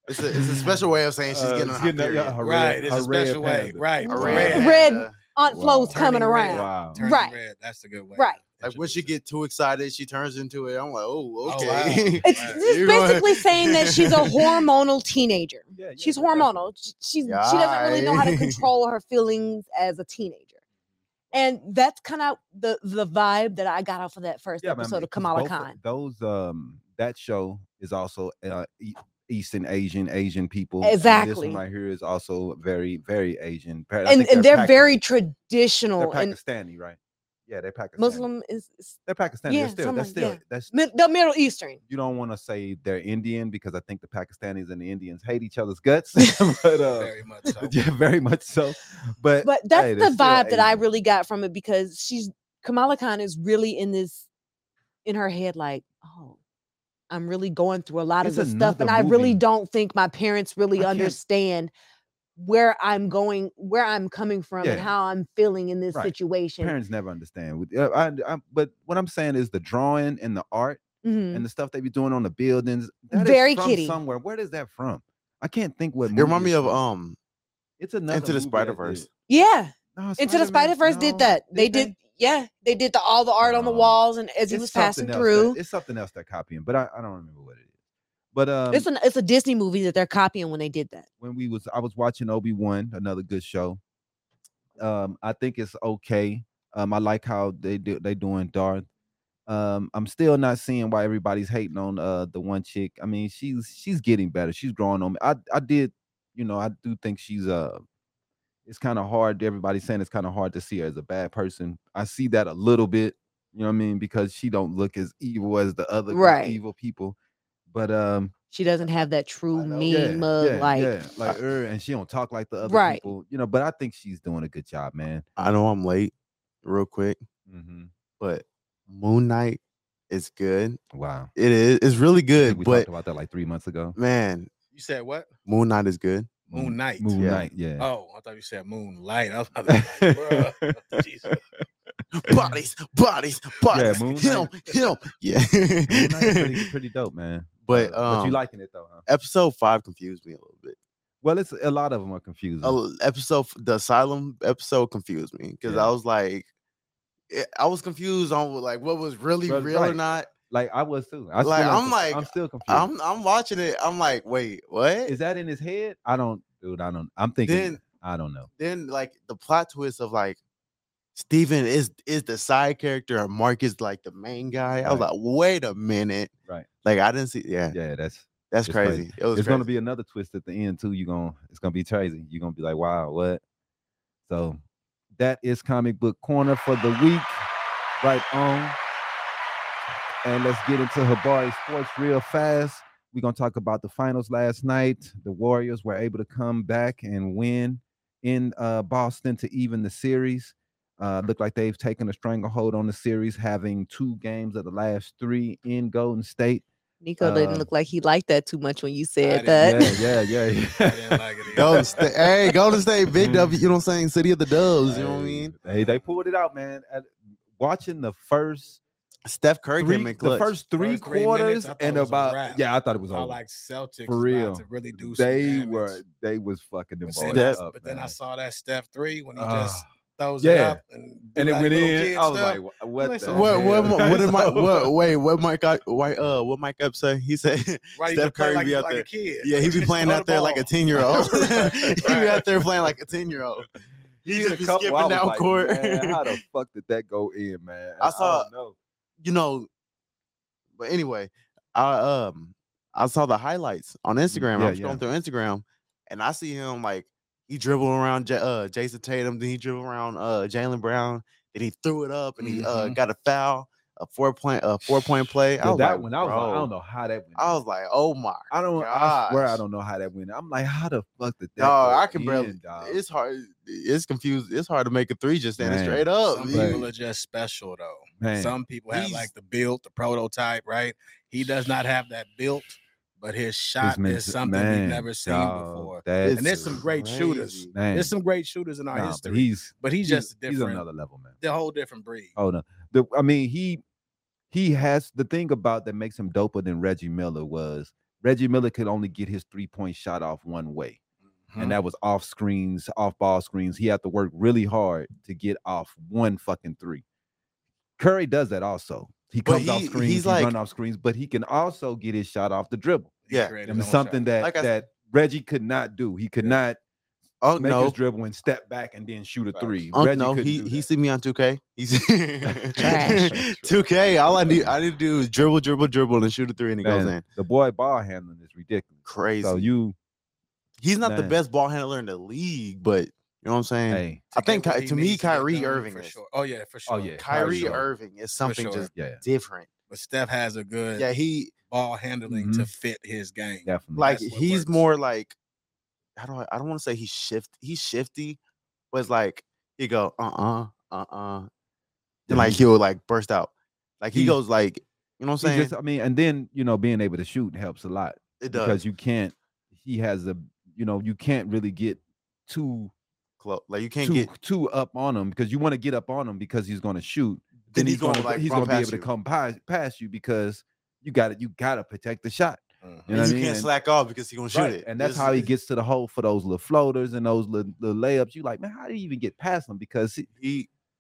D: It's a, it's a special way of saying she's
B: Uh,
D: getting on her
B: that- yeah,
D: period.
B: her
C: Right,
B: red-
C: it's a
B: her red
C: special way.
B: panda.
C: Right,
D: A uh,
E: Red.
C: red.
D: panda.
E: Aunt
B: Wow.
E: Flo's coming
C: Turning red.
E: around.
B: Wow.
C: Turning
E: Right.
C: red. That's a good way.
E: Right.
C: to
D: Like when she
C: introduce it.
D: get too excited, she turns into it. I'm like, oh,
C: Oh, wow.
D: okay.
E: It's
C: Right.
E: just
D: You are-
E: basically saying that she's a hormonal teenager.
B: Yeah, yeah,
E: She's
B: yeah,
E: hormonal. Sh- She's she doesn't really know how to
D: Right.
E: control her feelings as a teenager. And that's kind of the the vibe that I got off of that first
B: Yeah, man,
E: episode of
B: because
E: Kamala
B: both of-
E: Khan.
B: Those um that show is also uh, E- Eastern Asian Asian people. and this
E: Exactly.
B: one right here is also very very Asian. Pa- I
E: And
B: think
E: and they're
B: Paki-
E: very
B: they're
E: traditional and
B: Pakistani, right? Yeah, they're Pakistani.
E: Muslim is is
B: They're Pakistani.
E: Yeah,
B: they're still
E: something
B: that's
E: like-
B: still
E: yeah.
B: that's
E: mi- the Middle Eastern.
B: you don't want to say they're Indian because I think the Pakistanis and the Indians hate each other's guts. but uh,
C: very much so.
B: yeah, very much so. But
E: but that's
B: Eh, hey,
E: the
B: they're still
E: vibe that I
B: Asian.
E: really got from it because she's Kamala Khan is really in this in her head like, oh, I'm really going through a lot
B: It's
E: of this stuff, and
B: another
E: I really
B: movie.
E: don't think my parents really
B: I can't-
E: understand where I'm going, where I'm coming from, and
B: Yeah.
E: how I'm feeling in this
B: Right.
E: situation.
B: parents never understand. With- uh, I, I, but what I'm saying is the drawing and the art
E: Mhm.
B: and the stuff they be doing on the buildings. that is
E: Very
B: from
E: kiddie.
B: Somewhere. Where is that from? I can't think what.
D: It remind
B: movie
D: me
B: it's
D: of
B: from.
D: um
B: It's another
D: Into
B: movie that
D: the
B: did-
D: Spider-Verse.
E: Yeah,
B: No,
E: Into the Spider Verse
B: no,
E: did that. They did, yeah, they did the all the art on the
B: No.
E: walls, and as he
B: It's
E: was passing
B: something else
E: through,
B: That, it's something else they're copying, but I, I don't remember what it is. But um,
E: it's an it's a Disney movie that they're copying when they did that.
B: when we was I was watching Obi Wan, another good show. Um, I think it's okay. Um, I like how they do they doing Darth. Um, I'm still not seeing why everybody's hating on uh the one chick. I mean, she's she's getting better. She's growing on me. I I did, you know, I do think she's uh it's kind of hard. Everybody's saying it's kind of hard to see her as a bad person. I see that a little bit, you know what I mean, because she don't look as evil as the other good
E: Right.
B: evil people. But um
E: She doesn't have that true
B: know.
E: mean mug like.
D: uh,
B: like her, and she don't talk like the other
E: Right.
B: people, you know. But I think she's doing a good job, man.
D: I know I'm late, real quick, but Moon Knight is good.
B: Wow,
D: It is. It's
B: I
D: really
B: think
D: good,
B: we
D: but
B: talked about that like three months ago.
D: man,
C: You said what?
D: Moon Knight is good.
C: Moon Knight.
B: Moon
D: Yeah.
B: Knight, yeah.
C: Oh, I thought you said moonlight. I was about to be like, bruh, Jesus.
D: Bodies, bodies, bodies.
B: Moon
D: him, him. Yeah.
B: Moon Knight is pretty, pretty dope, man.
D: But,
B: Uh, but you
D: um,
B: liking it though, huh?
D: episode five confused me a little bit.
B: Well, it's a lot of them are confusing.
D: A- episode, f- the asylum episode confused me because
B: Mm. Yeah.
D: I was like, it- I was confused on like what was really
B: Right,
D: real or
B: right.
D: not.
B: like I was too. I
D: Like,
B: still am
D: I'm
B: conf-
D: like,
B: I'm still confused.
D: I'm I'm watching it. I'm like, wait, what?
B: Is that in his head? I don't, dude. I don't. I'm thinking.
D: Then-
B: I don't know.
D: then like the plot twist of like Steven is is the side character and Mark is like the main guy. I was
B: Right.
D: like, wait a minute.
B: Right.
D: Like I didn't see yeah,
B: Yeah, that's.
D: that's
B: it's
D: crazy.
B: crazy.
D: It was
B: It's gonna
D: crazy.
B: be another twist at the end too. You gonna. It's gonna be crazy. You're gonna be like, wow, what? So, that is comic book corner for the week. Right on. And let's get into Habari Sports real fast. We're gonna talk about the finals last night. The Warriors were able to come back and win in uh, Boston to even the series. Uh, look like they've taken a stranglehold on the series, having two games of the last three in Golden State.
E: Nico didn't
B: Um,
E: look like he liked that too much when you said
C: didn't
E: that.
B: yeah, yeah, yeah.
C: I didn't like it. either.
D: Golden State, hey, Golden State, Big
B: Mhm.
D: W, you know what I'm saying? City of the Doves, you know what I
B: Hey,
D: mean?
B: Hey, they pulled it out, man. At- watching the first
D: Steph Curry
B: Three-
D: came in
B: the
D: clutch.
B: first three
C: First three minutes,
B: quarters
C: I thought
B: and
C: it was a
B: about
C: wrap.
B: yeah, I thought it was
C: I
B: over.
C: like Celtics
B: For
C: for
B: real.
C: real to really do. some
B: they
C: damage.
B: were they was fucking the
C: But,
B: ball
C: then,
D: That-
B: up.
C: but then I
B: man.
C: saw that Steph three when he
B: Ah.
C: just throws it
B: yeah.
C: up and, do
B: and it
C: like
B: went
C: little
B: in.
C: kid
B: I was
C: stuff.
B: like, "Wha- what?
C: like,
B: the
C: so
D: What what
B: hell?"
D: mo- what did my
B: So-
D: what wait what Mike I, why, uh what Mike up say? He said
C: Right, you can
D: Steph
C: play
D: Curry
C: like,
D: be
C: you-
D: out
C: like
D: there.
C: a kid.
D: Yeah, he be
C: Just
D: playing
C: throw
D: out
C: the
D: there like
C: ball.
D: a ten year old. he be out there playing like a ten year old. He
B: Did a
D: just be
B: couple, I
D: skipping
B: was
D: down
B: like,
D: court.
B: "Man, how the fuck did that go in, man?
D: I saw-
B: don't know.
D: you know, but anyway, I um I saw the highlights on Instagram.
B: Mm, yeah,
D: I'm
B: yeah.
D: scrolling through Instagram, and I see him like he dribbled around J- uh, Jason Tatum, then he dribbled around uh, Jalen Brown, and he threw it up, and he uh,
C: Mhm.
D: got a foul, a four point a four point play. I
B: Mm-hmm. Yeah,
D: was
B: that
D: like,
B: one, I was like, I
D: "Bro."
B: don't know how that went.
D: I was like, oh my,
B: I don't. I swear, I
D: gosh.
B: don't know how that went. I'm like, how the fuck did that?
D: dog,
B: go
D: I can barely.
B: in, dog?
D: It's hard. It's confused. It's hard to make a three just standing
B: Man.
D: straight up.
C: Some
D: He-
B: Right.
C: people are just special though.
B: Man.
C: Some people have
D: He's-
C: like the built, the prototype, right? He does not have that built, but his shot
B: men-
C: is something
B: man,
C: we've never seen
B: dog,
C: before.
B: That's
C: And there's some great shooters.
D: crazy.
B: man.
C: There's some great shooters in our
B: nah,
C: history,
B: But he's
C: he's just a
B: he's
C: different,
B: another level, man.
C: the whole different breed.
B: Oh no, the I mean he he has the thing about that makes him doper than Reggie Miller was Reggie Miller could only get his three point shot off one way,
D: Mm-hmm.
B: and that was off screens, off ball screens. He had to work really hard to get off one fucking three. Curry does that also. He
D: But
B: comes off
D: he-
B: screens,
D: he's
B: he run
D: like-
B: off screens, but he can also get his shot off the dribble.
C: He
D: yeah,
C: created
B: And
C: his own
B: something
C: shot.
B: that
D: Like I s-
B: that Reggie could not do. He could not
D: Oh
B: make
D: no,
B: his dribble and step back and then shoot a three.
D: Oh
B: Reggie
D: no,
B: couldn't
D: he
B: do
D: he
B: that.
D: see me on 2K. He's
E: Trash.
D: 2K. All I need I need to do is dribble, dribble, dribble, and shoot a three, and it goes
B: Man,
D: in.
B: The boy ball handling is ridiculous.
D: Crazy.
B: So you,
D: He's not the
B: man.
D: best ball handler in the league, but you know what I'm saying.
B: hey,
D: I
C: To get
D: think
C: what
B: uh,
D: Ky-
C: he
D: to me,
C: needs get
D: Kyrie
C: done,
D: Irving
C: for
D: is.
C: sure. Oh yeah, for sure.
B: yeah,
D: Kyrie
B: sure.
D: Irving is something
C: sure.
D: just
B: yeah,
D: different.
C: but Steph has a good
D: Yeah, he
C: ball handling to fit his game.
B: definitely.
D: like
C: That's what
D: he's
C: works.
D: more like I don't I don't want to say he's shift he's shifty, but it's like he go uh uh uh uh,
B: Yeah,
D: and like
B: he's-
D: he'll like burst out, like he
B: He's-
D: goes like you know what
B: he
D: I'm saying.
B: just, I mean, and then you know, being able to shoot helps a lot
D: it does.
B: because you can't. He has a, you know, you can't really get too
D: close. Like you can't
B: too,
D: get.
B: too up on him because you want to get up on him because he's going to shoot. Then, he's, going to
D: like,
B: he's
D: run
B: going to be
D: past
B: able to
D: you.
B: come past, past you because you got it. You got to protect the shot.
C: Mhm.
B: You know
D: and
B: what I
D: you
B: mean?
D: can't
B: And-
D: slack off because he gonna shoot
B: Right,
D: it.
B: And that's
D: It's-
B: how he
D: it's-
B: gets to the hole for those little floaters and those little, little layups. You like, man, how do you even get past him? Because he,
D: He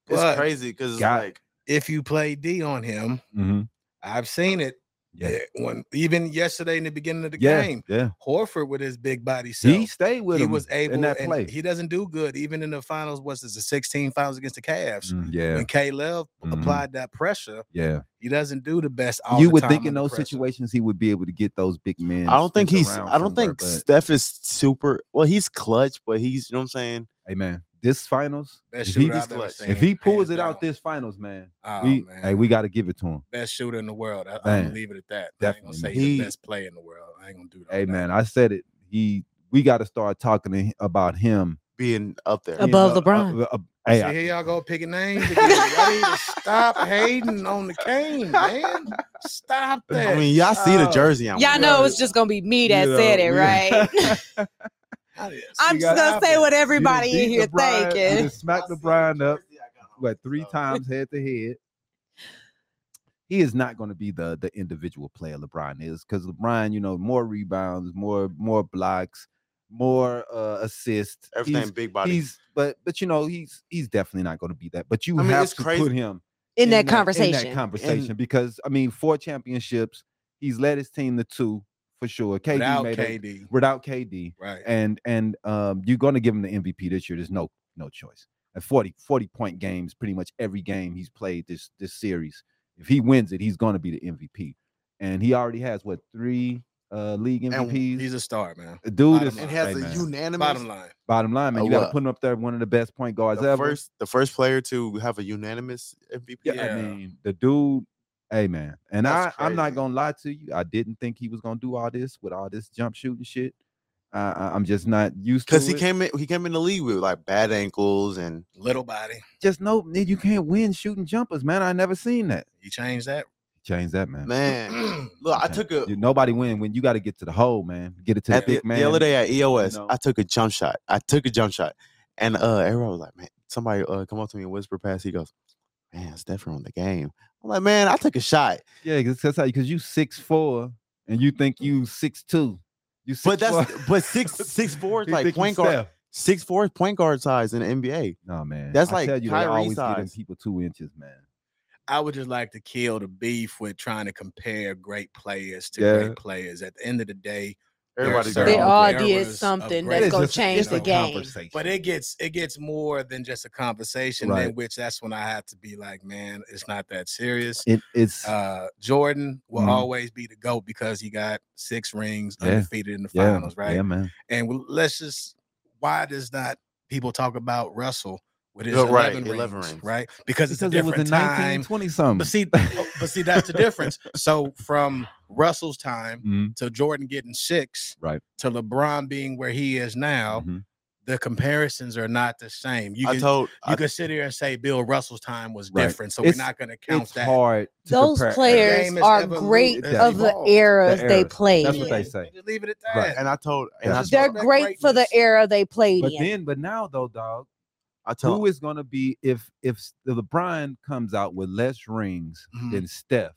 D: it's
C: But-
D: crazy because it's
B: Got it.
D: like
C: If you play D on him,
D: Mm-hmm.
C: I've seen it.
B: yeah,
C: eh, When even yesterday in the beginning of the
B: yeah,
C: game,
B: yeah.
C: Horford with his big body self,
B: he stayed with
C: he
B: him
C: was able.
B: in that
C: and
B: play.
C: he doesn't do good even in the finals. Was this the 16 finals against the Cavs?
B: Mm, yeah,
C: When K. Love
B: Mhm.
C: applied that pressure,
B: yeah.
C: he doesn't do the best. All
B: you
C: the
B: would
C: time
B: think in
C: under
B: those
C: pressure.
B: situations he would be able to get those big men.
D: I don't think
B: spins
D: he's
B: around
D: I don't
B: somewhere,
D: think
B: but,
D: Steph is super well he's clutch, but he's you know what I'm saying.
B: hey man, this finals,
C: Best
B: if he,
C: shooter I've ever
D: clutch.
C: seen.
B: if he pulls
C: hands
B: it out
C: down.
B: this finals, man,
C: Oh,
B: we
C: man.
B: hey we got to give it to him.
C: best shooter in the world. I, I'm
B: Man,
C: gonna leave it at that. I ain't
B: definitely,
C: gonna say
B: man.
C: he's
D: He-
C: the best player in the world. I ain't gonna do that.
B: Hey man, I said it. He we got to start talking to hi- about him
D: Being up there.
B: you
E: Above
B: know,
E: LeBron.
B: uh, uh, hey,
C: See,
B: I-
C: here y'all go picking names. Again. y'all need to stop hating on the cane, man. Stop that.
D: I mean, y'all see the
B: Oh.
D: jersey on.
E: Y'all
D: wearing.
E: know it's just gonna be me that
B: you
E: said
C: uh,
B: know,
E: it,
B: we-
E: right?
C: I just-
E: I'm
B: We
E: just
B: got
E: gonna say what
B: You done
E: everybody in
B: beat
E: here
B: LeBron- You
E: thinking.
B: done smacked
D: Y'all see the
B: LeBron up
D: jersey I got on,
B: what three
D: so.
B: times head to head. He is not going to be the the individual player LeBron is because LeBron, you know, more rebounds, more more blocks, more uh assists.
D: Everything
B: He's,
D: big body.
B: he's but but you know he's he's definitely not going to be that. But you
D: I mean,
B: have
D: it's
B: to put
D: crazy-
B: him
E: in that
B: in that
E: conversation.
B: conversation because I mean four championships. He's led his team to two for sure. KD
C: without
B: made it
C: KD,
B: without KD
C: right?
B: and and um, you're going to give him the MVP this year. There's no no choice. At 40 40 point games, pretty much every game he's played this this series. If he wins it, he's going to be the MVP. And he already has what three uh league
D: And
B: MVPs.
C: He's a star, man.
B: The Dude
C: bottom
B: is
C: line.
D: and has
B: hey,
D: a
B: man,
D: unanimous
C: Bottom line,
B: bottom line, man.
D: a
B: You got to
D: Oh, what?
B: put him up there, one of the best point guards
D: the
B: ever.
D: first the first player to have a unanimous MVP.
B: yeah, I
C: yeah.
B: mean, the dude, hey man. And I,
D: That's
B: I'm not
D: crazy.
B: gonna lie to you. I didn't think he was gonna do all this with all this jump shooting shit. I, I- I'm just not used to
D: Because he
B: it.
D: came in he came in the league with like bad ankles and
C: little body.
B: just know nigga, you can't win shooting jumpers, man. I never seen that.
C: You change that.
B: Change that, man.
D: man. Look, I
B: Okay.
D: took a
B: You- nobody win when you got to get to the hole, man. Get it to
D: at
B: the
D: the,
B: big man.
D: the other day at EOS,
B: know.
D: I took a jump shot. I took a jump shot, and uh, everyone was like, "Man, somebody uh, come up to me and whisper pass." He goes, man, Steph on the game. I'm like, man, I took a shot.
B: Yeah, because that's how because you six four and you think you six two. You six
D: But that's but six six four is like point guard six four is point guard size in the NBA.
B: No man,
D: That's
B: I
D: like
B: tell you, they
D: Kyrie
B: always giving
D: size.
B: people two inches, man.
C: I would just like to kill the beef with trying to compare great players to
B: Yeah.
C: great players. At the end of the day, They're
D: Everybody's
C: They're
E: They
C: all
E: all
C: great.
E: did
C: Eras of
E: something
C: great-
E: that's
C: It's
E: gonna
C: just-
E: change
C: it's
E: the
C: a
E: game.
C: but it gets it gets more than just a conversation.
B: Right.
C: In which that's when I have to be like, man, it's not that serious.
B: It, it's
C: uh Jordan will
B: Mhm.
C: always be the GOAT because he got six rings
B: Yeah.
C: undefeated in the
B: yeah,
C: finals, right?
B: yeah, man.
C: And we- let's just why does not people talk about Russell with his
B: Oh,
D: Yeah,
C: 11,
D: right,
C: rings,
D: 11 rings.
C: right? Because it's a
B: it was
C: different
B: in
C: time.
B: nineteen twenty something.
C: But see, oh, but see, that's the difference. So from Russell's time
B: Mhm,
C: to Jordan getting six,
B: Right.
C: to LeBron being where he is now,
B: mhm.
C: the comparisons are not the same. You
D: I
C: can
D: told
C: you
D: I,
C: can sit here and say Bill Russell's time was
B: Right.
C: different, so
B: It's-
C: we're not going to count
B: It's
C: that.
B: hard. to
E: Those
B: compare-
E: players
C: game is
E: are
C: evolu-
E: great
B: it's
E: of the
C: evolved. The
E: eras they
B: eras.
E: played
B: That's what
E: in.
B: they
C: Yeah,
B: say.
C: just Leave it at
B: Right.
C: that.
D: and I told and
B: Yeah.
D: I
E: They're
C: that
E: great for the
C: greatness.
E: era they played
B: But
E: in.
B: then, but now though, dog,
D: I told
B: who is going to be if if s- the LeBron comes out with less rings
C: Mhm.
B: than Steph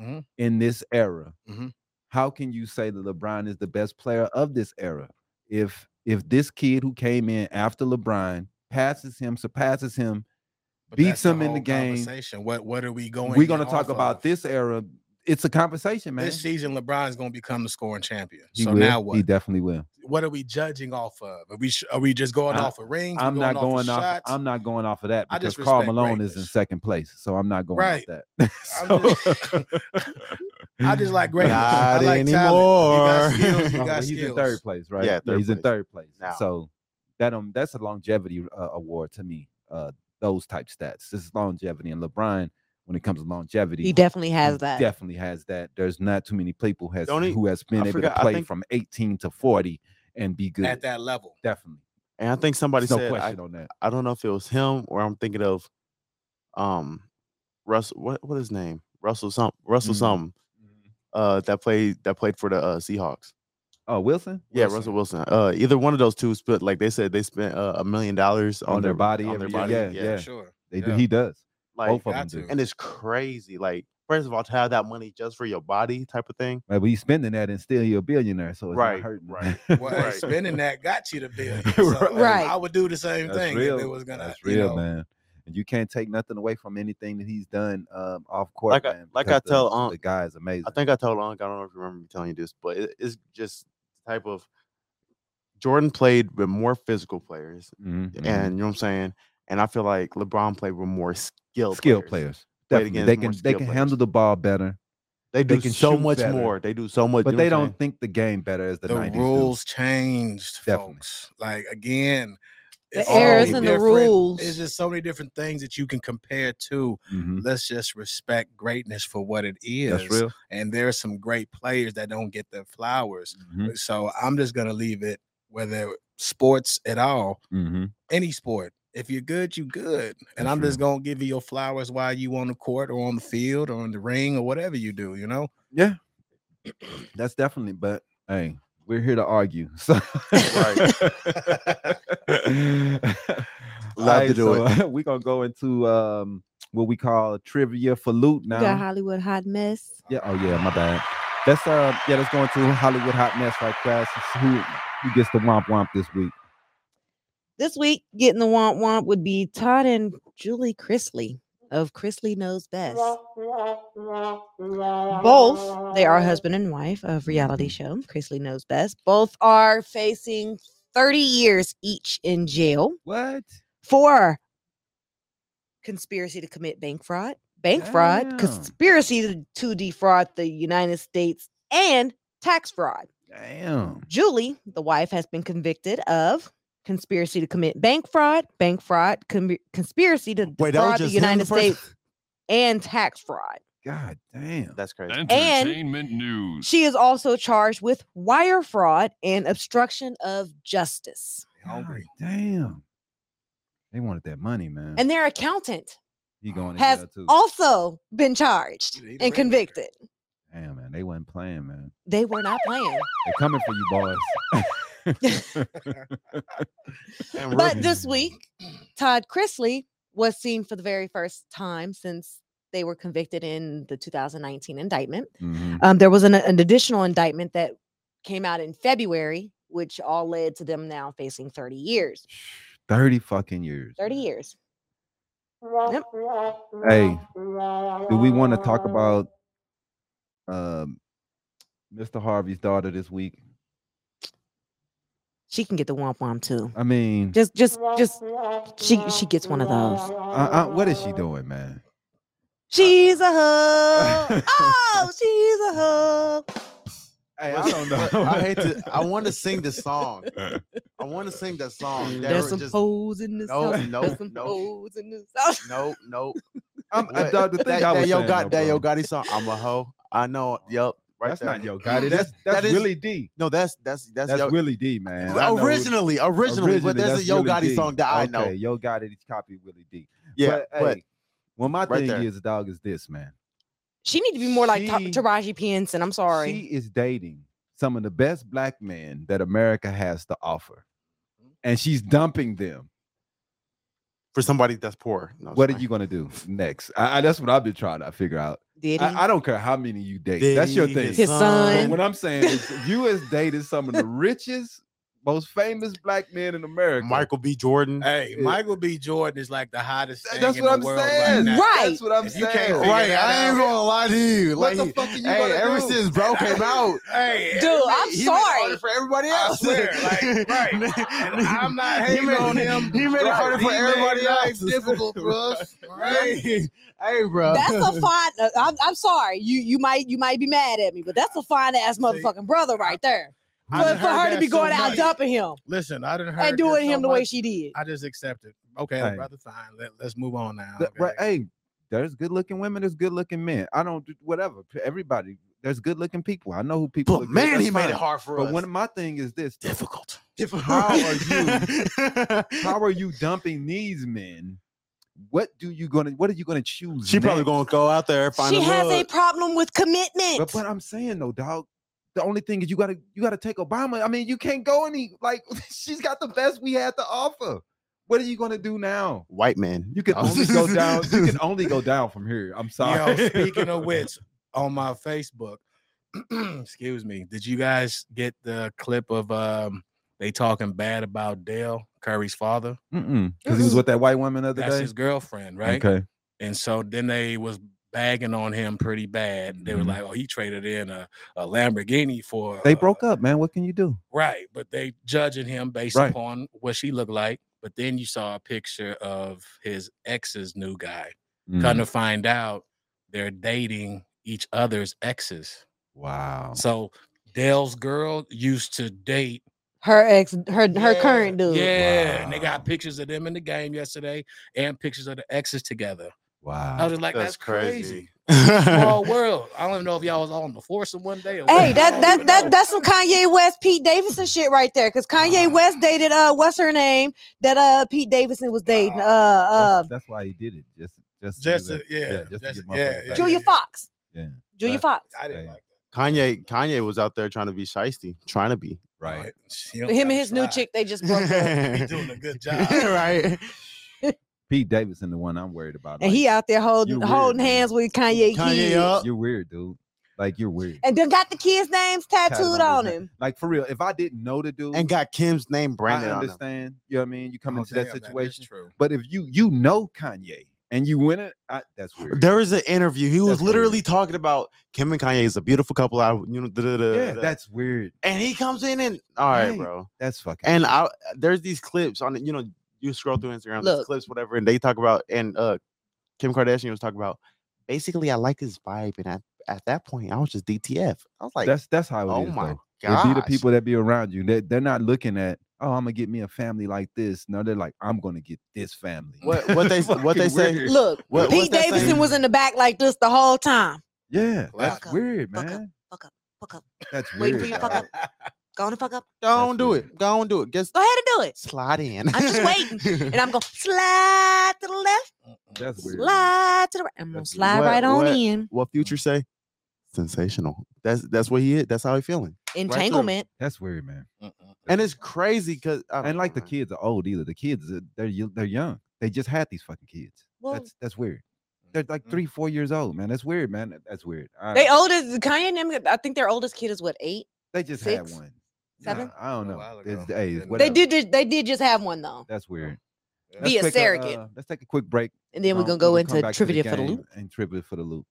C: Mhm.
B: in this era?
C: Mhm.
B: How can you say that LeBron is the best player of this era if if this kid who came in after LeBron passes him, surpasses him?
C: But
B: beats
C: that's
B: them in the
C: whole
B: game.
C: Conversation. What What are we going?
B: We're going to
C: off
B: talk about
C: of?
B: this era. It's a conversation, man.
C: This season, LeBron's going to become the scoring champion.
B: He
C: so
B: will.
C: now
B: He
C: what?
B: definitely will.
C: What are we judging off of? Are we sh- Are we just going
B: I-
C: off of rings? We
B: I'm not
C: of
B: going off.
C: shots?
B: I'm not going off of that
C: I
B: because
C: just
B: Carl
C: respect
B: Malone is in
C: greatness.
B: second place, so I'm not going
C: Right.
B: off
C: I'm
B: that. So-
C: I just like greatness.
D: Not
C: I like talent. You got
D: anymore.
C: skills, you
B: Oh,
C: got
B: well, he's in
C: skills.
B: third place, right?
D: Yeah, third
B: he's in
D: place.
B: third place.
D: Now.
B: So that um, that's a longevity uh, award to me. Uh, those type stats. This is longevity, and LeBron, when it comes to longevity,
E: he definitely
B: he
E: has that.
B: Definitely has that. There's not too many people has
D: Don't he-
B: who has been
D: I
B: able
D: forgot-
B: to
D: I
B: play
D: think-
B: from 18 to 40 and be good.
C: at that level.
B: definitely,
D: and I think somebody
B: There's no
D: said I,
B: question on that.
D: I don't know if it was him or I'm thinking of um Russell what what his name? Russell some Russell
B: Mm.
D: something uh that played that played for the uh, Seahawks.
B: Oh, Wilson
D: Yeah, Russell Wilson. Uh either one of those two spent like they said they spent uh, a million dollars
B: on,
D: on
B: their body.
D: on
B: every
D: their
B: year.
D: body.
B: Yeah, yeah.
C: Yeah, sure.
B: They do.
C: Yeah.
B: He does.
D: Like
B: Both of them
C: got
B: do.
C: to.
D: and it's crazy. Like first of all, to have that money just for your body type of thing.
B: Like, but he's spending that and still you're a billionaire, so it's
D: Right,
B: not hurting.
D: right.
C: Well,
D: Right.
C: spending that got you the bill. So,
E: Right.
C: I would do the same
B: That's
C: thing
B: real.
C: if it was gonna.
B: That's
C: you
B: real,
C: know,
B: man. And you can't take nothing away from anything that he's done um, off court.
D: Like I-
B: man,
D: like
B: because
D: I
B: the-
D: tell, um,
B: the guy is amazing.
D: I think I told Unc, I don't know if you remember me telling you this, but it, it's just the type of Jordan played with more physical players,
B: Mhm, mhm.
D: and you know what I'm saying. And I feel like LeBron played with more skilled
B: skill
D: players.
B: players,
D: Played
B: definitely,
D: against
B: they can they
D: more skilled
B: can
D: players.
B: handle the ball better,
D: They
B: They
D: do
B: can
D: so
B: shoot
D: much
B: better.
D: more. They do so much,
B: but
D: you know
B: they
D: what I'm
B: don't think the game better as the,
C: the
B: 90s do.
C: rules changed,
B: Definitely.
C: folks. Like again,
E: The
C: it's
E: errors
C: so
E: in
C: many
E: the
C: different-
E: rules.
C: It's just so many different things that you can compare to.
B: Mhm.
C: Let's just respect greatness for what it is.
B: That's real.
C: And there are some great players that don't get their flowers.
B: Mhm,
C: Mm, So I'm just gonna leave it. Whether sports at all,
B: mhm.
C: any sport, if you're good, you good. And
B: That's
C: I'm just gonna give you your flowers while you on the court or on the field or in the ring or whatever you do. You know.
B: Yeah, that's definitely. But hey, we're here to argue. So
D: Love to do
B: it. We're uh, gonna go into um, what we call trivia for loot
E: You
B: now.
E: got Hollywood hot mess.
B: Yeah. Oh yeah. My bad. That's uh. Yeah. Let's go into Hollywood hot mess right fast. and see Who who gets the womp womp this week?
E: This week, getting the womp womp would be Todd and Julie Chrisley of Chrisley Knows Best. Both, they are husband and wife of reality show Chrisley Knows Best. Both are facing 30 years each in jail
B: What?
E: for conspiracy to commit bank fraud, bank fraud,
B: Damn.
E: conspiracy to- to defraud the United States, and tax fraud.
B: Damn.
E: Julie, the wife, has been convicted of conspiracy to commit bank fraud, bank fraud, com- conspiracy to
D: Wait, that was
E: defraud
D: just
E: the
D: him, the
E: United
D: person?
E: States, and tax fraud.
B: God damn.
D: That's crazy.
G: Entertainment news.
E: She is also charged with wire fraud and obstruction of justice.
C: Hungry.
B: God damn. They wanted that money, man.
E: And their accountant
B: he going to
E: has
B: jail too.
E: also been charged
C: He the
E: and
C: red
E: convicted.
B: damn, man. They wasn't playing, man.
E: They were not playing.
B: They're coming for you, boys.
D: And
E: But
D: Rudy-
E: this week, Todd Chrisley was seen for the very first time since they were convicted in the 2019 indictment.
B: Mhm.
E: Um, there was an, an additional indictment that came out in February, which all led to them now facing 30 years.
B: Thirty fucking years.
E: 30 years.
B: Hey, do we want to talk about um, Mr. Harvey's daughter this week?
E: She can get the womp womp too.
B: I mean,
E: Just, just, just. She she gets one of those.
B: uh, uh, what is she doing, man?
E: She's a hoe. Oh, she's a hoe.
B: Hey,
D: What's- what- I hate to. I want to sing the song.
C: Uh,
D: I want to sing the song. There
E: There's
D: was
E: some
D: just,
E: hoes in this.
D: no,
E: house.
D: no,
E: There's some
D: no.
E: hoes in this. house.
D: nope, nope.
B: I'm, I
D: What?
B: thought the thing
D: That,
B: I
D: that
B: was
D: Yo
B: saying,
D: Gotti,
B: though,
D: that Yo
B: bro,
D: Gotti song. I'm a hoe. I know. Yep. Right
B: That's
D: there.
B: not Yo Gotti.
D: That's-
B: That's that's
D: that is-
B: really D.
D: No, that's that's that's,
B: That's
D: Yo.
B: really D, man. I know-
D: originally, originally, but there's a
B: that's
D: Yo
B: Willie
D: Gotti
B: D.
D: song that I know.
B: Okay, Yo Gotti copied Willie D.
D: Yeah,
B: but, hey, well, my
D: right
B: thing
D: there.
B: is, dog, is this man?
E: She need to be more like Ta-
B: She-
E: Taraji P. Henson. I'm sorry.
B: She is dating some of the best black men that America has to offer, and she's dumping them.
D: for somebody that's poor. No,
B: What are
D: sorry.
B: you gonna do next? I, I, that's what I've been trying to figure out.
E: Did he?
B: I, I don't care how many you date. that's your
D: Diddy,
B: thing.
E: His
B: But
E: son.
B: what I'm saying is, you has dated some of the richest, most famous black men in America.
D: Michael B. Jordan.
C: Hey,
B: Yeah.
C: Michael B. Jordan is like the hottest
B: Th-
C: thing
B: that's
C: in
B: what
C: the
B: I'm
C: world
B: saying.
C: right now.
E: Right.
B: That's what I'm
C: If you
B: saying.
C: can't figure
D: Right,
C: that
D: I
C: out-
D: ain't gonna lie to you.
B: What
D: Like,
B: the fuck are you
D: hey,
B: gonna
D: ever
B: do?
D: since Bro came out,
C: Hey,
E: Dude, I'm
D: he made it harder
E: sorry.
D: for everybody
C: I
D: else.
C: swear, like, right. And I'm not
D: He
C: hating
D: made-
C: on him.
D: He made it
C: Right.
D: harder for
C: He made
D: everybody
C: life
D: else.
C: difficult for us.
D: Right? Hey, hey, bro.
E: That's a fine. uh, I'm, I'm sorry. You you might you might be mad at me, but that's a fine ass motherfucking brother right there.
C: I
E: For,
C: done
E: for
C: heard
E: her to
C: that
E: be
C: so
E: going out
C: much.
E: dumping him
C: Listen, I didn't heard
E: and
C: that
E: doing
C: so
E: him the way
C: much,
E: she did.
C: I just accept it. Okay,
B: Hey.
C: brother, fine. Let, us move on now.
B: Th-
C: okay?
B: right, hey, there's good looking women, there's good looking men. I don't do whatever. p- Everybody, there's good looking people. I know who people are
D: But
B: good,
D: man, he
B: that's
D: made it
B: fine.
D: hard for
B: But
D: us.
B: one of my thing is this though,
C: difficult.
B: how are you how are you dumping these men? What do you gonna what are you gonna choose?
D: she probably
B: next?
D: gonna go out there find
E: She
D: a
E: has a
D: hood.
E: problem with commitment.
B: but what I'm saying though, dog. The only thing is you gotta you gotta take Obama. I mean, you can't go any like she's got the best we had to offer. What are you gonna do now?
D: white man.
B: You can
D: No.
B: only go down. You can only go down from here. I'm sorry.
C: Yo, speaking of which, on my Facebook, excuse me, did you guys get the clip of um they talking bad about Dale Curry's father?
B: because he was with that white woman the other
C: That's
B: day.
C: his girlfriend, right?
B: Okay.
C: And so then they was bagging on him pretty bad. They were
B: Mhm.
C: like, "Oh, he traded in a, a Lamborghini for."
B: They
C: uh,
B: broke up, man. What can you do?
C: right? But they judging him based
B: Right.
C: upon what she looked like. But then you saw a picture of his ex's new guy.
B: Mm.
C: Come
B: Mm-hmm.
C: to find out, they're dating each other's exes.
B: Wow.
C: So Dale's girl used to date
E: her ex, her her
C: Yeah,
E: current dude.
C: Yeah, and they got
B: Wow.
C: pictures of them in the game yesterday and pictures of the exes together. I
B: Wow.
C: was like, that's, crazy.
D: crazy.
C: Small world. I don't even know if y'all was all on the foursome one day. Or what.
E: Hey,
C: I
E: that
C: don't
E: that
C: even know. Uh-huh.
E: that that's some Kanye West, Pete Davidson shit right there. Cause Kanye West dated uh, what's her name that uh Pete Davidson was
C: Oh,
E: dating uh uh
B: that's, why he did it. Just, just, to do
C: Just
B: that.
C: a, yeah,
B: yeah, just to
C: just-
B: get my
C: yeah,
B: fucking
C: yeah,
B: back.
E: Julia
C: yeah.
E: Fox.
B: Yeah.
E: Julia
B: Right.
E: Fox.
C: I didn't like
D: Kanye Kanye was out there trying to be shisty, trying to be.
C: that.
B: right.
C: She don't
E: Him
C: gotta
E: and his new
C: try.
E: chick, they just broke up.
C: He doing a
D: right.
C: good job.
B: Pete Davidson, the one I'm worried about.
E: And
B: like,
E: he out there holding
B: You're weird,
E: holding
B: man.
E: hands with Kanye,
D: Kanye
E: kids.
D: up.
B: you're weird, dude. Like you're weird.
E: and then got the kids' names tattooed
B: Tattooed on
E: on
B: his
E: him.
B: Like for real. If I didn't know the dude,
D: and got Kim's name branded
B: I
D: on him.
B: understand. You know what I mean? You come
C: Oh,
B: into
C: damn,
B: that
C: is
B: situation.
C: true.
B: But if you you know Kanye and you win it, I, that's weird.
D: There was an interview. He was
B: That's weird.
D: literally talking about Kim and Kanye is a beautiful couple. I, you know, da, da, da,
B: yeah,
D: da.
B: that's weird.
D: and he comes in and all right,
B: Right.
D: bro.
B: That's fucking.
D: And I there's these clips on it, you know you scroll through Instagram, there's
E: Look.
D: clips whatever, and they talk about and uh Kim Kardashian was talking about basically I like his vibe, and at, at that point I was just DTF. I was like,
B: that's that's how it
D: oh
B: is,
D: my
B: though.
D: god,
B: It'd be the people that be around you. They they're not looking at, oh, I'm gonna get me a family like this. No, they're like, I'm gonna get this family.
D: What- what they- what
B: Fucking
D: they say-
B: weird.
E: Look,
D: What- what's
E: Pete
D: that
E: Davidson
D: saying?
E: was in the back like this the whole time.
B: Yeah, that's
E: Fuck up,
B: weird,
E: fuck up,
B: man.
E: fuck up, fuck up.
B: That's weird.
E: Waiting for you to fuck
B: dog.
E: up. Go on and fuck up.
D: Don't
B: That's
D: do
B: weird.
D: it. Don't do it. Just
E: Go ahead and do it.
D: slide in.
E: I'm just waiting. And I'm going to slide to the left,
B: That's weird.
E: slide to the right. I'm going
B: That's
E: to slide
D: what-
E: right on
D: what-
E: in.
D: what future say? Sensational. That's that's what he is. That's how he feeling.
E: Entanglement.
B: That's weird, man.
D: And it's crazy because
B: And like the kids are old either. The kids uh, they're yo- they're young. They just had these fucking kids.
E: Well,
B: that's that's weird. They're like
C: Mhm.
B: three, four years old, man. That's weird, man. That- That's weird. I
E: they
B: don't-
E: oldest Kanye and them. I think their oldest kid is what eight.
B: they just had
E: six,
B: one.
C: Yeah.
E: seven?
B: I don't
C: A
B: know.
C: while
B: It's,
C: ago.
B: hey,
C: They
B: it's
C: did-
B: whatever.
E: They did. ju- They did just have one though,
B: That's weird.
C: Yeah.
E: Be a
B: take
E: surrogate.
B: uh, let's take a quick break.
E: and then we're
B: Um,
E: gonna go
B: we'll come
E: into
B: back to
E: trivia for the
B: game
E: loop.
B: And trivia for the loop.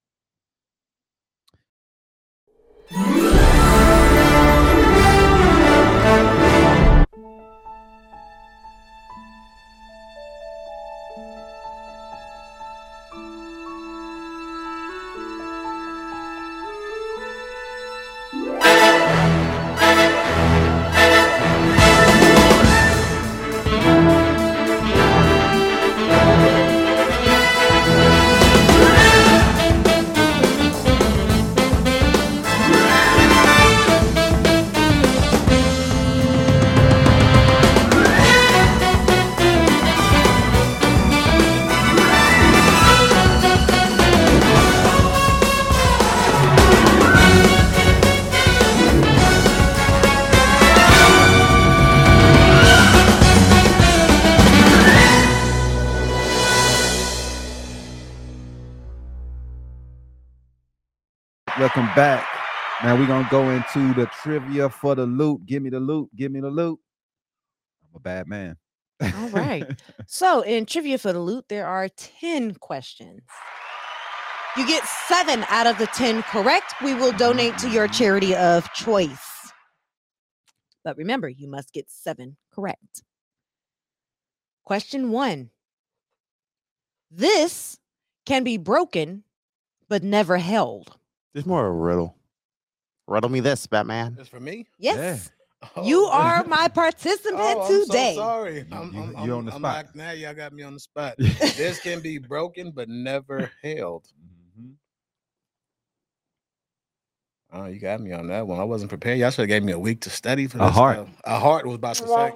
B: Welcome back. Now we're gonna go into the trivia for the loot. Give me the loot. Give me the loot. I'm a bad man.
E: All right. So in trivia for the loot, there are ten questions. You get seven out of the ten correct. We will donate to your charity of choice. But remember, you must get seven correct. Question one. This can be broken, but never held.
D: It's more a riddle. Riddle me this, Batman.
C: It's for me.
E: Yes. You
C: Oh.
E: are my participant
C: Oh, I'm
E: today.
C: So sorry,
B: You-
C: I'm,
B: you-
C: I'm-
B: you're
C: I'm-
B: on the
C: I'm
B: spot.
C: like, now y'all got me on the spot.
B: Mhm.
C: this can be broken but never held. Oh, you got me on that one. I wasn't prepared. Y'all should have gave me a week to study for
B: A
C: this.
B: heart.
C: stuff. A heart was about to say.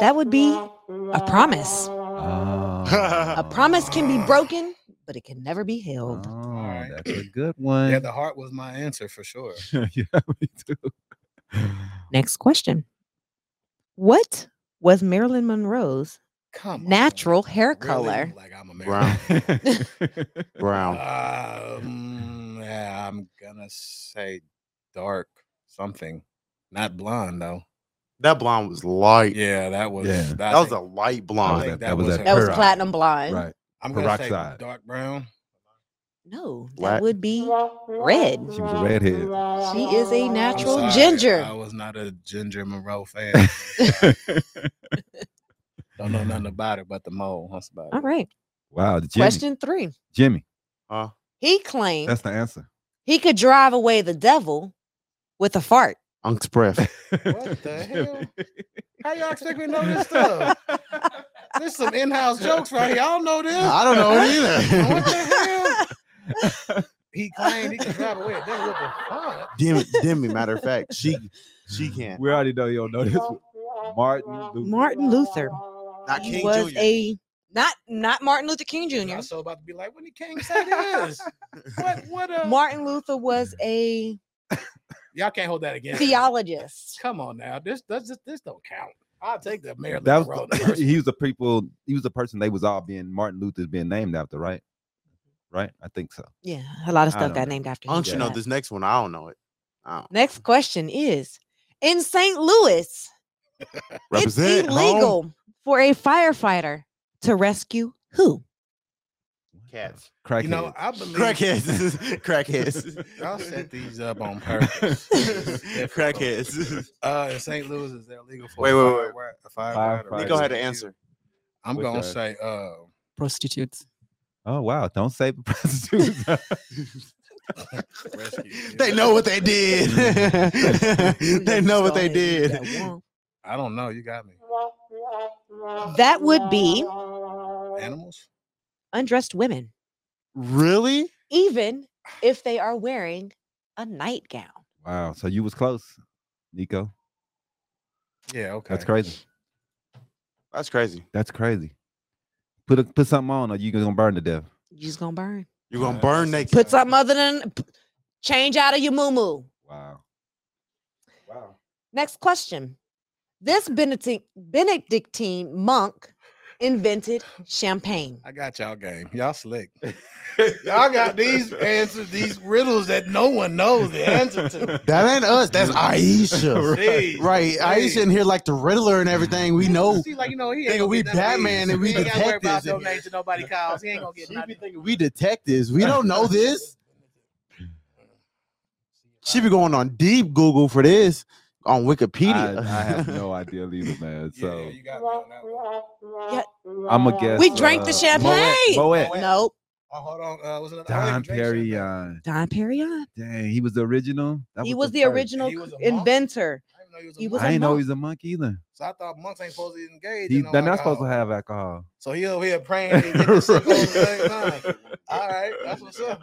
E: That would be a promise.
B: Ah,
E: A promise can be broken, but it can never be held.
B: Oh,
C: right.
B: that's a good one.
C: Yeah, the heart was my answer for sure.
B: yeah, me too.
E: Next question. What was Marilyn Monroe's
C: Come on,
E: natural hair
C: Oh really?
E: color?
C: Like I'm a
D: Brown. Brown.
C: Um, yeah, I'm gonna say dark something, not blonde though.
D: That blonde was light.
C: Yeah, that was
B: Yeah.
C: That,
D: That was a light
B: was
D: blonde.
B: that-
C: think
B: that was
C: was
B: that
C: a-
E: That was
B: Her eye.
E: platinum blonde.
B: right.
C: I'm gonna say
B: peroxide.
C: dark brown.
E: No, that
D: Black.
E: would be red.
B: She was a redhead.
E: She is a
C: I'm
E: natural
C: sorry, I
E: ginger.
C: was not a Ginger Monroe fan. Don't know nothing about it, but the mole. That's about
E: All
C: it.
E: right.
B: wow, Jimmy.
E: Question three.
B: Jimmy,
D: Huh?
E: He claimed
B: that's the answer.
E: he could drive away the devil with a fart.
D: Unk's breath.
C: What the hell? How y'all expect me to know this stuff? There's some in-house jokes right here. I don't know this.
D: I don't know it
C: What
D: either.
C: the hell? He claimed he could drive away. a devil with a fart.
D: Dim, dimly, matter of fact, she she can't.
B: We already know you don't know this. one. Martin Luther.
E: Martin Luther.
D: Not
E: He
D: King
E: was
D: Jr.
E: a not not Martin Luther King
C: I'm
E: Jr.
C: so about to be like, when did King say this? What? What? A...
E: Martin Luther was a
C: Y'all can't hold that against. me.
E: theologist.
C: Come on now. This does this, this don't count. I'll take the Maryland
B: That was
C: Monroe.
B: the, he was the people. He was the person they was all being Martin Luther's being named after, right? Right, I think so.
E: Yeah, a lot of
B: I
E: stuff
B: don't
E: got
B: know.
E: named after him.
D: Unction
E: for
D: you know
E: that.
D: this next one. I don't know it. I don't-
E: Next question is in St. Louis, it's
D: Represent, home.
E: illegal for a firefighter to rescue who?
D: Cats.
B: Crackhead.
C: you know, I believe.
D: Crackheads. Crackheads.
C: I'll set these up on purpose. It's difficult.
D: Crackheads.
C: Uh, in St. Louis, is that legal for
D: Wait,
C: a
D: wait,
C: fire-
D: wait.
C: a firefighter?
B: Firefighter.
D: Nico had an answer.
C: I'm
B: What's
C: gonna
B: that?
C: say, uh,
H: prostitutes.
B: oh wow! Don't say the prostitutes.
C: uh, rescue.
D: They know what they did. they know what they did.
C: I don't know. You got me.
E: That would be
C: Animals.
E: undressed women,
D: Really?
E: even if they are wearing a nightgown.
B: wow! So you was close, Nico.
C: Yeah. Okay.
B: That's crazy.
D: That's crazy.
B: That's crazy. Put a, put something on, or you gonna burn to death.
E: You just gonna burn.
D: You're gonna burn
C: Yeah.
D: naked.
E: Put something other than p- change out of your moo
B: Wow.
E: Next question. This Benedict, Benedictine monk invented champagne?
C: I got y'all game. Y'all slick. y'all got these answers, these riddles that no one knows the answer to.
D: That ain't us. That's Aisha.
C: Jeez.
D: Right. Aisha in here like the Riddler and everything. We know.
C: See, like you know, he
D: Nigga,
C: ain't gonna
D: we
C: get nothing.
D: Batman and we
C: He ain't gotta worry about
D: detectives in here.
C: donating to nobody calls. He ain't gonna get
D: She be
C: nothing.
D: thinking we detectives. We don't know this. She be going on deep Google for this on
B: I,
D: Wikipedia.
B: I have no idea either, man.
C: Yeah,
B: So
C: you got me on that one.
B: I'm a guess.
E: We drank the
B: uh,
E: champagne.
B: Moet.
C: Moet.
E: Nope.
C: Oh, hold on. Uh, was another, I don't
B: Don
C: even
B: uh,
C: drink champagne.
B: Perignon.
E: Don Perignon.
B: Dang, he was the original. That
E: He was the
B: first.
E: original
C: He was a monk.
E: inventor.
C: I didn't know he was a
E: He was
C: monk.
B: I ain't know
E: monk.
B: he's a monk either.
C: So I thought monks ain't supposed to engage.
B: He,
C: in no
B: they're not
C: alcohol.
B: supposed to have alcohol.
C: So he over here praying and getting sick all the same time. All right, that's what's up.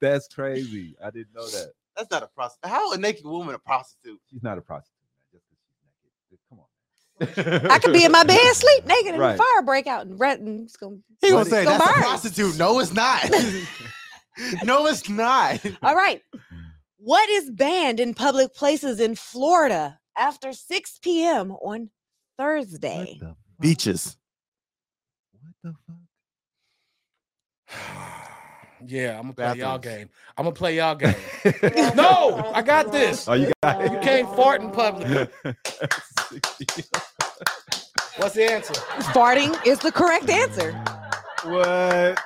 B: That's crazy. I didn't know that.
D: That's not a prostitute. How a naked woman a prostitute?
B: She's not a prostitute. man, Just 'cause she's naked. Come on.
E: I could be in my bed, sleep naked, and
B: Right.
E: the fire break out and rat and it's gonna.
D: He
E: it's
D: gonna say
E: gonna
D: that's a
E: burn."
D: prostitute. No, it's not. no, it's not.
E: All right. What is banned in public places in Florida after 6 p.m.
B: What
E: on Thursday?
B: the fuck?
D: Beaches.
B: What the fuck?
C: Yeah, I'm gonna play y'all
D: Bathrooms.
C: game. I'm gonna play y'all game. no, I got this.
B: Oh, you got
C: You can't fart in public. What's the answer?
E: Farting is the correct answer.
B: what?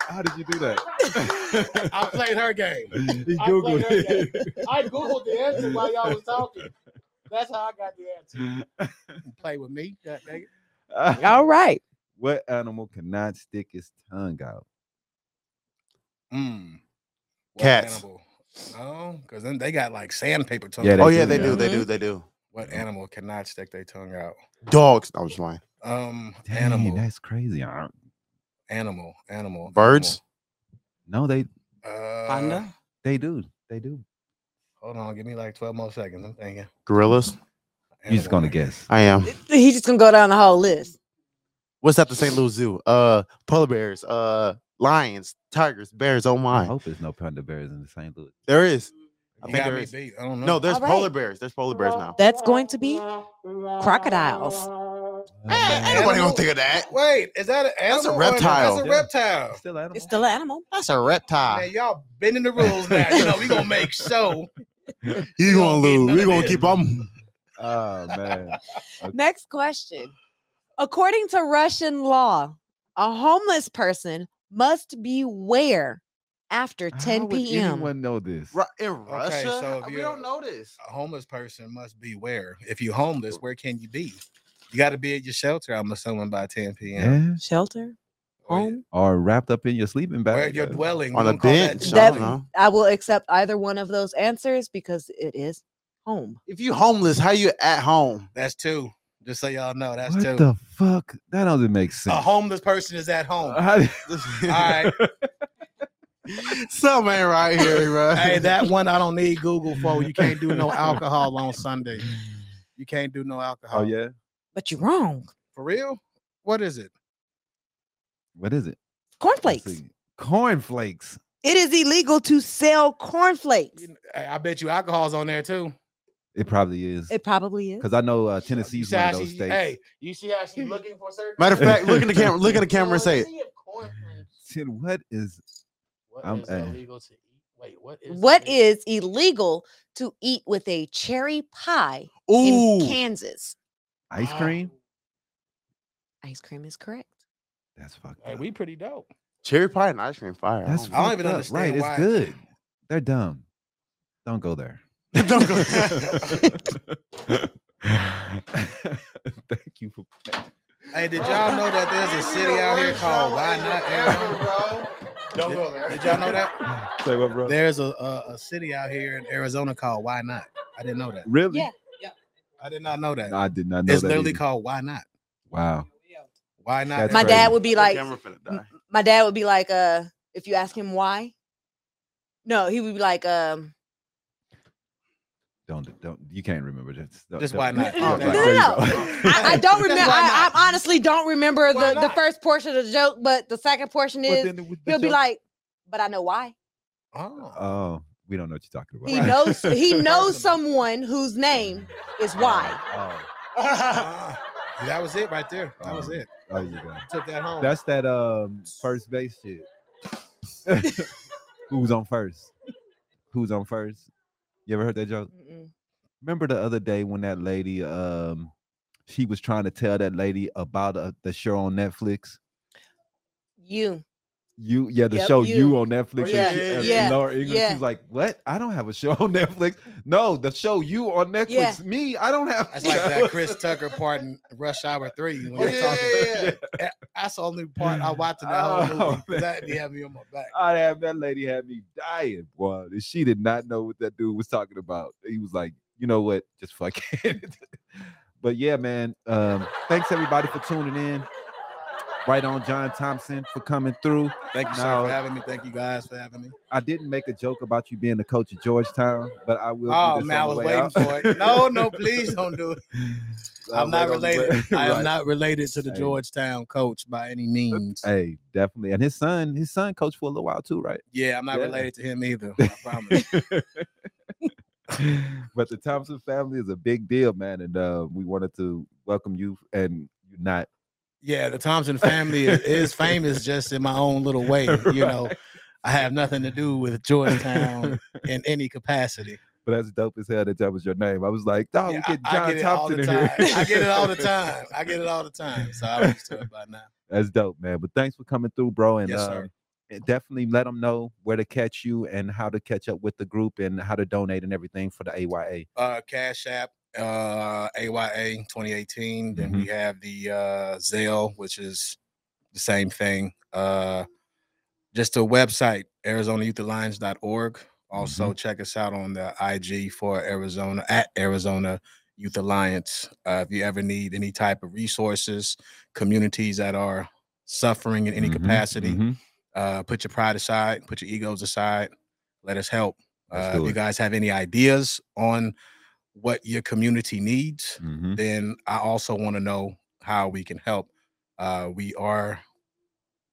B: How did you do that?
C: I played her game.
B: he
C: I
B: googled
C: played her
B: it.
C: I googled the answer while y'all was talking. That's how I got the answer. Play with me, God dang it.
E: All right.
B: what animal cannot stick its tongue out?
C: Mm. What
D: Cats.
C: Animal? No, because then they got like sandpaper tongue.
B: Yeah, They
D: oh
B: do,
D: yeah, they
B: yeah.
D: do. They do. They do.
C: What animal cannot stick their tongue out?
D: Dogs. I was lying.
C: Um,
B: Dang,
C: animal,
B: that's crazy. Uh,
C: animal, animal.
D: Birds?
B: No, they
C: animal. Uh,
B: they do. They do.
C: Hold on, give me like twelve more seconds. I'm thinking.
D: Gorillas.
B: You're just gonna
C: Animal.
B: guess.
D: I am.
E: He's just gonna go down the whole list.
D: What's at the St. Louis Zoo? Uh, polar bears. Uh, lions, tigers, bears. Oh
B: I
D: my.
B: hope there's no panda bears in the St. Louis.
D: There is. I
C: You
D: think
C: got
D: there
C: me
D: is.
C: beat. I don't know.
D: No, there's
E: All right.
D: polar bears. There's polar bears now.
E: That's going to be crocodiles.
D: Hey, ain't nobody gonna think of that.
C: Wait, is that an animal?
D: That's a
C: or an-
D: reptile.
C: That's a
B: Yeah.
C: reptile.
B: Still animal.
E: It's still an animal.
D: That's a reptile.
C: Man, y'all bending the rules now. You know we gonna make show.
D: You
C: You don't
D: gonna
C: get
D: lose.
C: none
D: We
C: of
D: gonna
C: this.
D: keep on.
B: oh
D: Uh,
B: man.
E: Next question. According to Russian law, a homeless person must be where after 10
B: How would
E: p.m.
B: Anyone know this?
D: Ru- In Russia,
C: so if
D: we
C: you're-
D: don't know this.
C: A homeless person must be where. If you're homeless, where can you be? You got to be at your shelter. I'm assuming by 10 p.m.
B: Yeah.
E: Shelter,
B: Oh,
C: Or
E: home.
B: Or wrapped up in your sleeping bag.
C: Where you're
B: yeah.
C: dwelling
D: On
C: we
D: a
C: don't call that
D: bench,
C: shelter.
D: I
E: That-
B: uh-huh.
D: don't know.
E: I will accept either one of those answers because it is home.
D: If you homeless, how you at home?
C: That's two. Just so y'all know, that's
B: What
C: two.
B: the fuck? That doesn't make
C: a
B: sense.
C: homeless person is at home.
B: Uh, how-
C: All right.
D: Something ain't right here, bro.
C: hey, that one I don't need Google for. You can't do no alcohol on Sunday. You can't do no alcohol.
B: oh yeah.
E: But you're wrong.
C: For real? What is it?
B: What is it? Let's
E: Cornflakes.
B: see. Cornflakes.
E: It is illegal to sell cornflakes.
C: You kn- I I bet you alcohol's on there too.
B: It probably is.
E: It probably is.
B: Because I know uh,
C: You
B: Tennessee's
C: see
B: one
C: how
B: of those
C: she-
B: states.
C: Hey, you see how she's looking for certain
D: Matter of fact, look in the camera. Look in the camera and say it.
B: Shit, what is?
C: What
B: I'm- is hey.
C: illegal to eat? Wait, what is
E: What is illegal to eat with a cherry pie in
D: Ooh,
E: Kansas?
B: Ice cream?
E: Ice cream is correct.
B: That's fucked
C: Hey,
B: up.
C: we pretty dope.
D: cherry pie and ice cream fire.
B: That's
C: I don't
B: fucked
C: even
B: up.
C: understand
B: Right,
C: why-
B: it's good. They're dumb. Don't go there.
D: Don't go-
B: Thank you for playing.
C: Hey, did y'all know that there's a city out here called Why Not Arizona?
D: Don't
C: go there. Did y'all know that?
B: Say what, bro?
C: There's a, a a city out here in Arizona called Why Not. I didn't know that.
B: Really?
E: Yeah.
C: I did not know that.
B: No, I did not know
C: it's
B: that.
C: literally
B: either.
C: called Why Not.
B: Wow.
C: Why not?
B: Oh, That's
E: My
B: crazy.
E: dad would be like,
D: die.
E: my dad would be like, uh, if you ask him why, no, he would be like, um,
B: Don't don't. You can't remember that. Don't-
C: Just
B: don't-
C: why not?
B: Yeah,
E: No,
B: right,
E: no,
B: there you
E: no.
B: go.
E: I, I don't
C: That's
E: remember.
C: why
E: I,
C: not.
E: I honestly don't remember
C: Why
E: the, the
C: not?
E: first portion of the joke, but the second portion
B: But
E: is
B: then it was the
E: he'll be
B: joke-
E: like, but I know why.
C: Oh,
B: "Oh, we don't know what you're talking about."
E: He
C: Right.
E: knows he knows
C: Awesome.
E: someone whose name is Y.
B: Oh,
C: Ah. That was it right there. That was
B: Um,
C: it.
B: Oh, you go.
C: Took that home.
B: That's that um first base shit. Who's on first? Who's on first? You ever heard that joke?
E: Mm-mm.
B: Remember the other day when that lady um she was trying to tell that lady about uh, the show on Netflix.
E: You.
B: You yeah, the
E: Yep,
B: show you.
E: you. Oh,
B: on Netflix. and
E: yeah,
B: she- and
E: yeah,
B: Laura Ingram,
E: yeah.
B: she's like, "What? I don't have a show on Netflix. No, the show you on Netflix.
E: Yeah.
B: Me, I don't have."
C: That's like that Chris Tucker part in Rush Hour Three. When
B: Oh,
C: he
B: yeah,
C: talking-
B: yeah, yeah.
C: That's the only part I watched in that
B: Oh,
C: whole movie. 'cause
B: man.
C: That had me on my back.
B: I have that lady had me dying, boy. And she did not know what that dude was talking about. He was like, you know what? Just fuck it. but yeah, man. Um, thanks everybody for tuning in. Right on, John Thompson for coming through.
C: Thank you, sir,
B: No.
C: for having me. Thank you guys for having me.
B: I didn't make a joke about you being the coach of Georgetown, but I will. do
C: Oh
B: this
C: man, I
B: on the
C: was
B: way
C: waiting
B: out.
C: for it. No, no, please don't do it.
B: I'll
C: I'm not
B: wait on the way-
C: related. I am
B: Right.
C: not related to the
B: Hey.
C: Georgetown coach by any means.
B: Hey, definitely. And his son, his son coached for a little while too, right?
C: Yeah, I'm not
B: Yeah.
C: related to him either. I promise.
B: but the Thompson family is a big deal, man. And uh, we wanted to welcome you and you're not
C: Yeah, the Thompson family is, is famous just in my own little way. You know,
B: Right.
C: I have nothing to do with Georgetown in any capacity.
B: But that's dope as hell that that was your name. I was like, dog,
C: Yeah,
B: we get John
C: it all
B: Thompson
C: the
B: in
C: time.
B: here.
C: I get it all the time. I get it all the time. So I'm used to it by now.
B: That's dope, man. But thanks for coming through, bro. And
C: Yes,
B: uh,
C: sir.
B: and definitely let them know where to catch you and how to catch up with the group and how to donate and everything for the AYA.
C: uh Cash App uh AYA 2018. Then
B: Mm-hmm.
C: we have the uh Zelle, which is the same thing. Uh just a website, ArizonaYouthAlliance.org. Also
B: Mm-hmm.
C: check us out on the IG for Arizona at Arizona Youth Alliance. Uh, if you ever need any type of resources, communities that are suffering in any
B: Mhm,
C: capacity,
B: mhm.
C: uh, put your pride aside, put your egos aside. Let us help.
B: Let's
C: Uh, if
B: do
C: you
B: it.
C: guys have any ideas on what your community needs,
B: Mhm.
C: then I also want to know how we can help. Uh, we are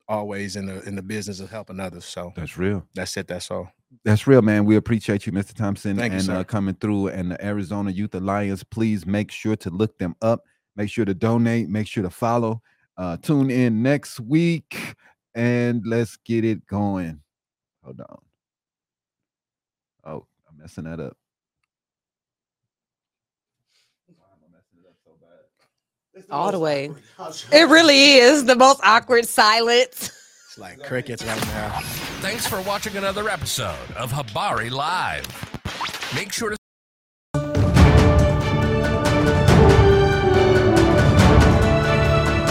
C: always in the in the business of helping others. So
B: That's real.
C: that's it. That's all.
B: That's real, man. We appreciate you, Mr. Thompson,
C: Thank you,
B: and uh,
C: sir.
B: coming through. And the Arizona Youth Alliance, please make sure to look them up. Make sure to donate. Make sure to follow. Uh, tune in next week, and let's get it going. Hold on. Oh, I'm messing that up.
E: All the way. It really is the most awkward silence.
C: It's like crickets right now.
A: Thanks for watching another episode of Habari Live. Make sure to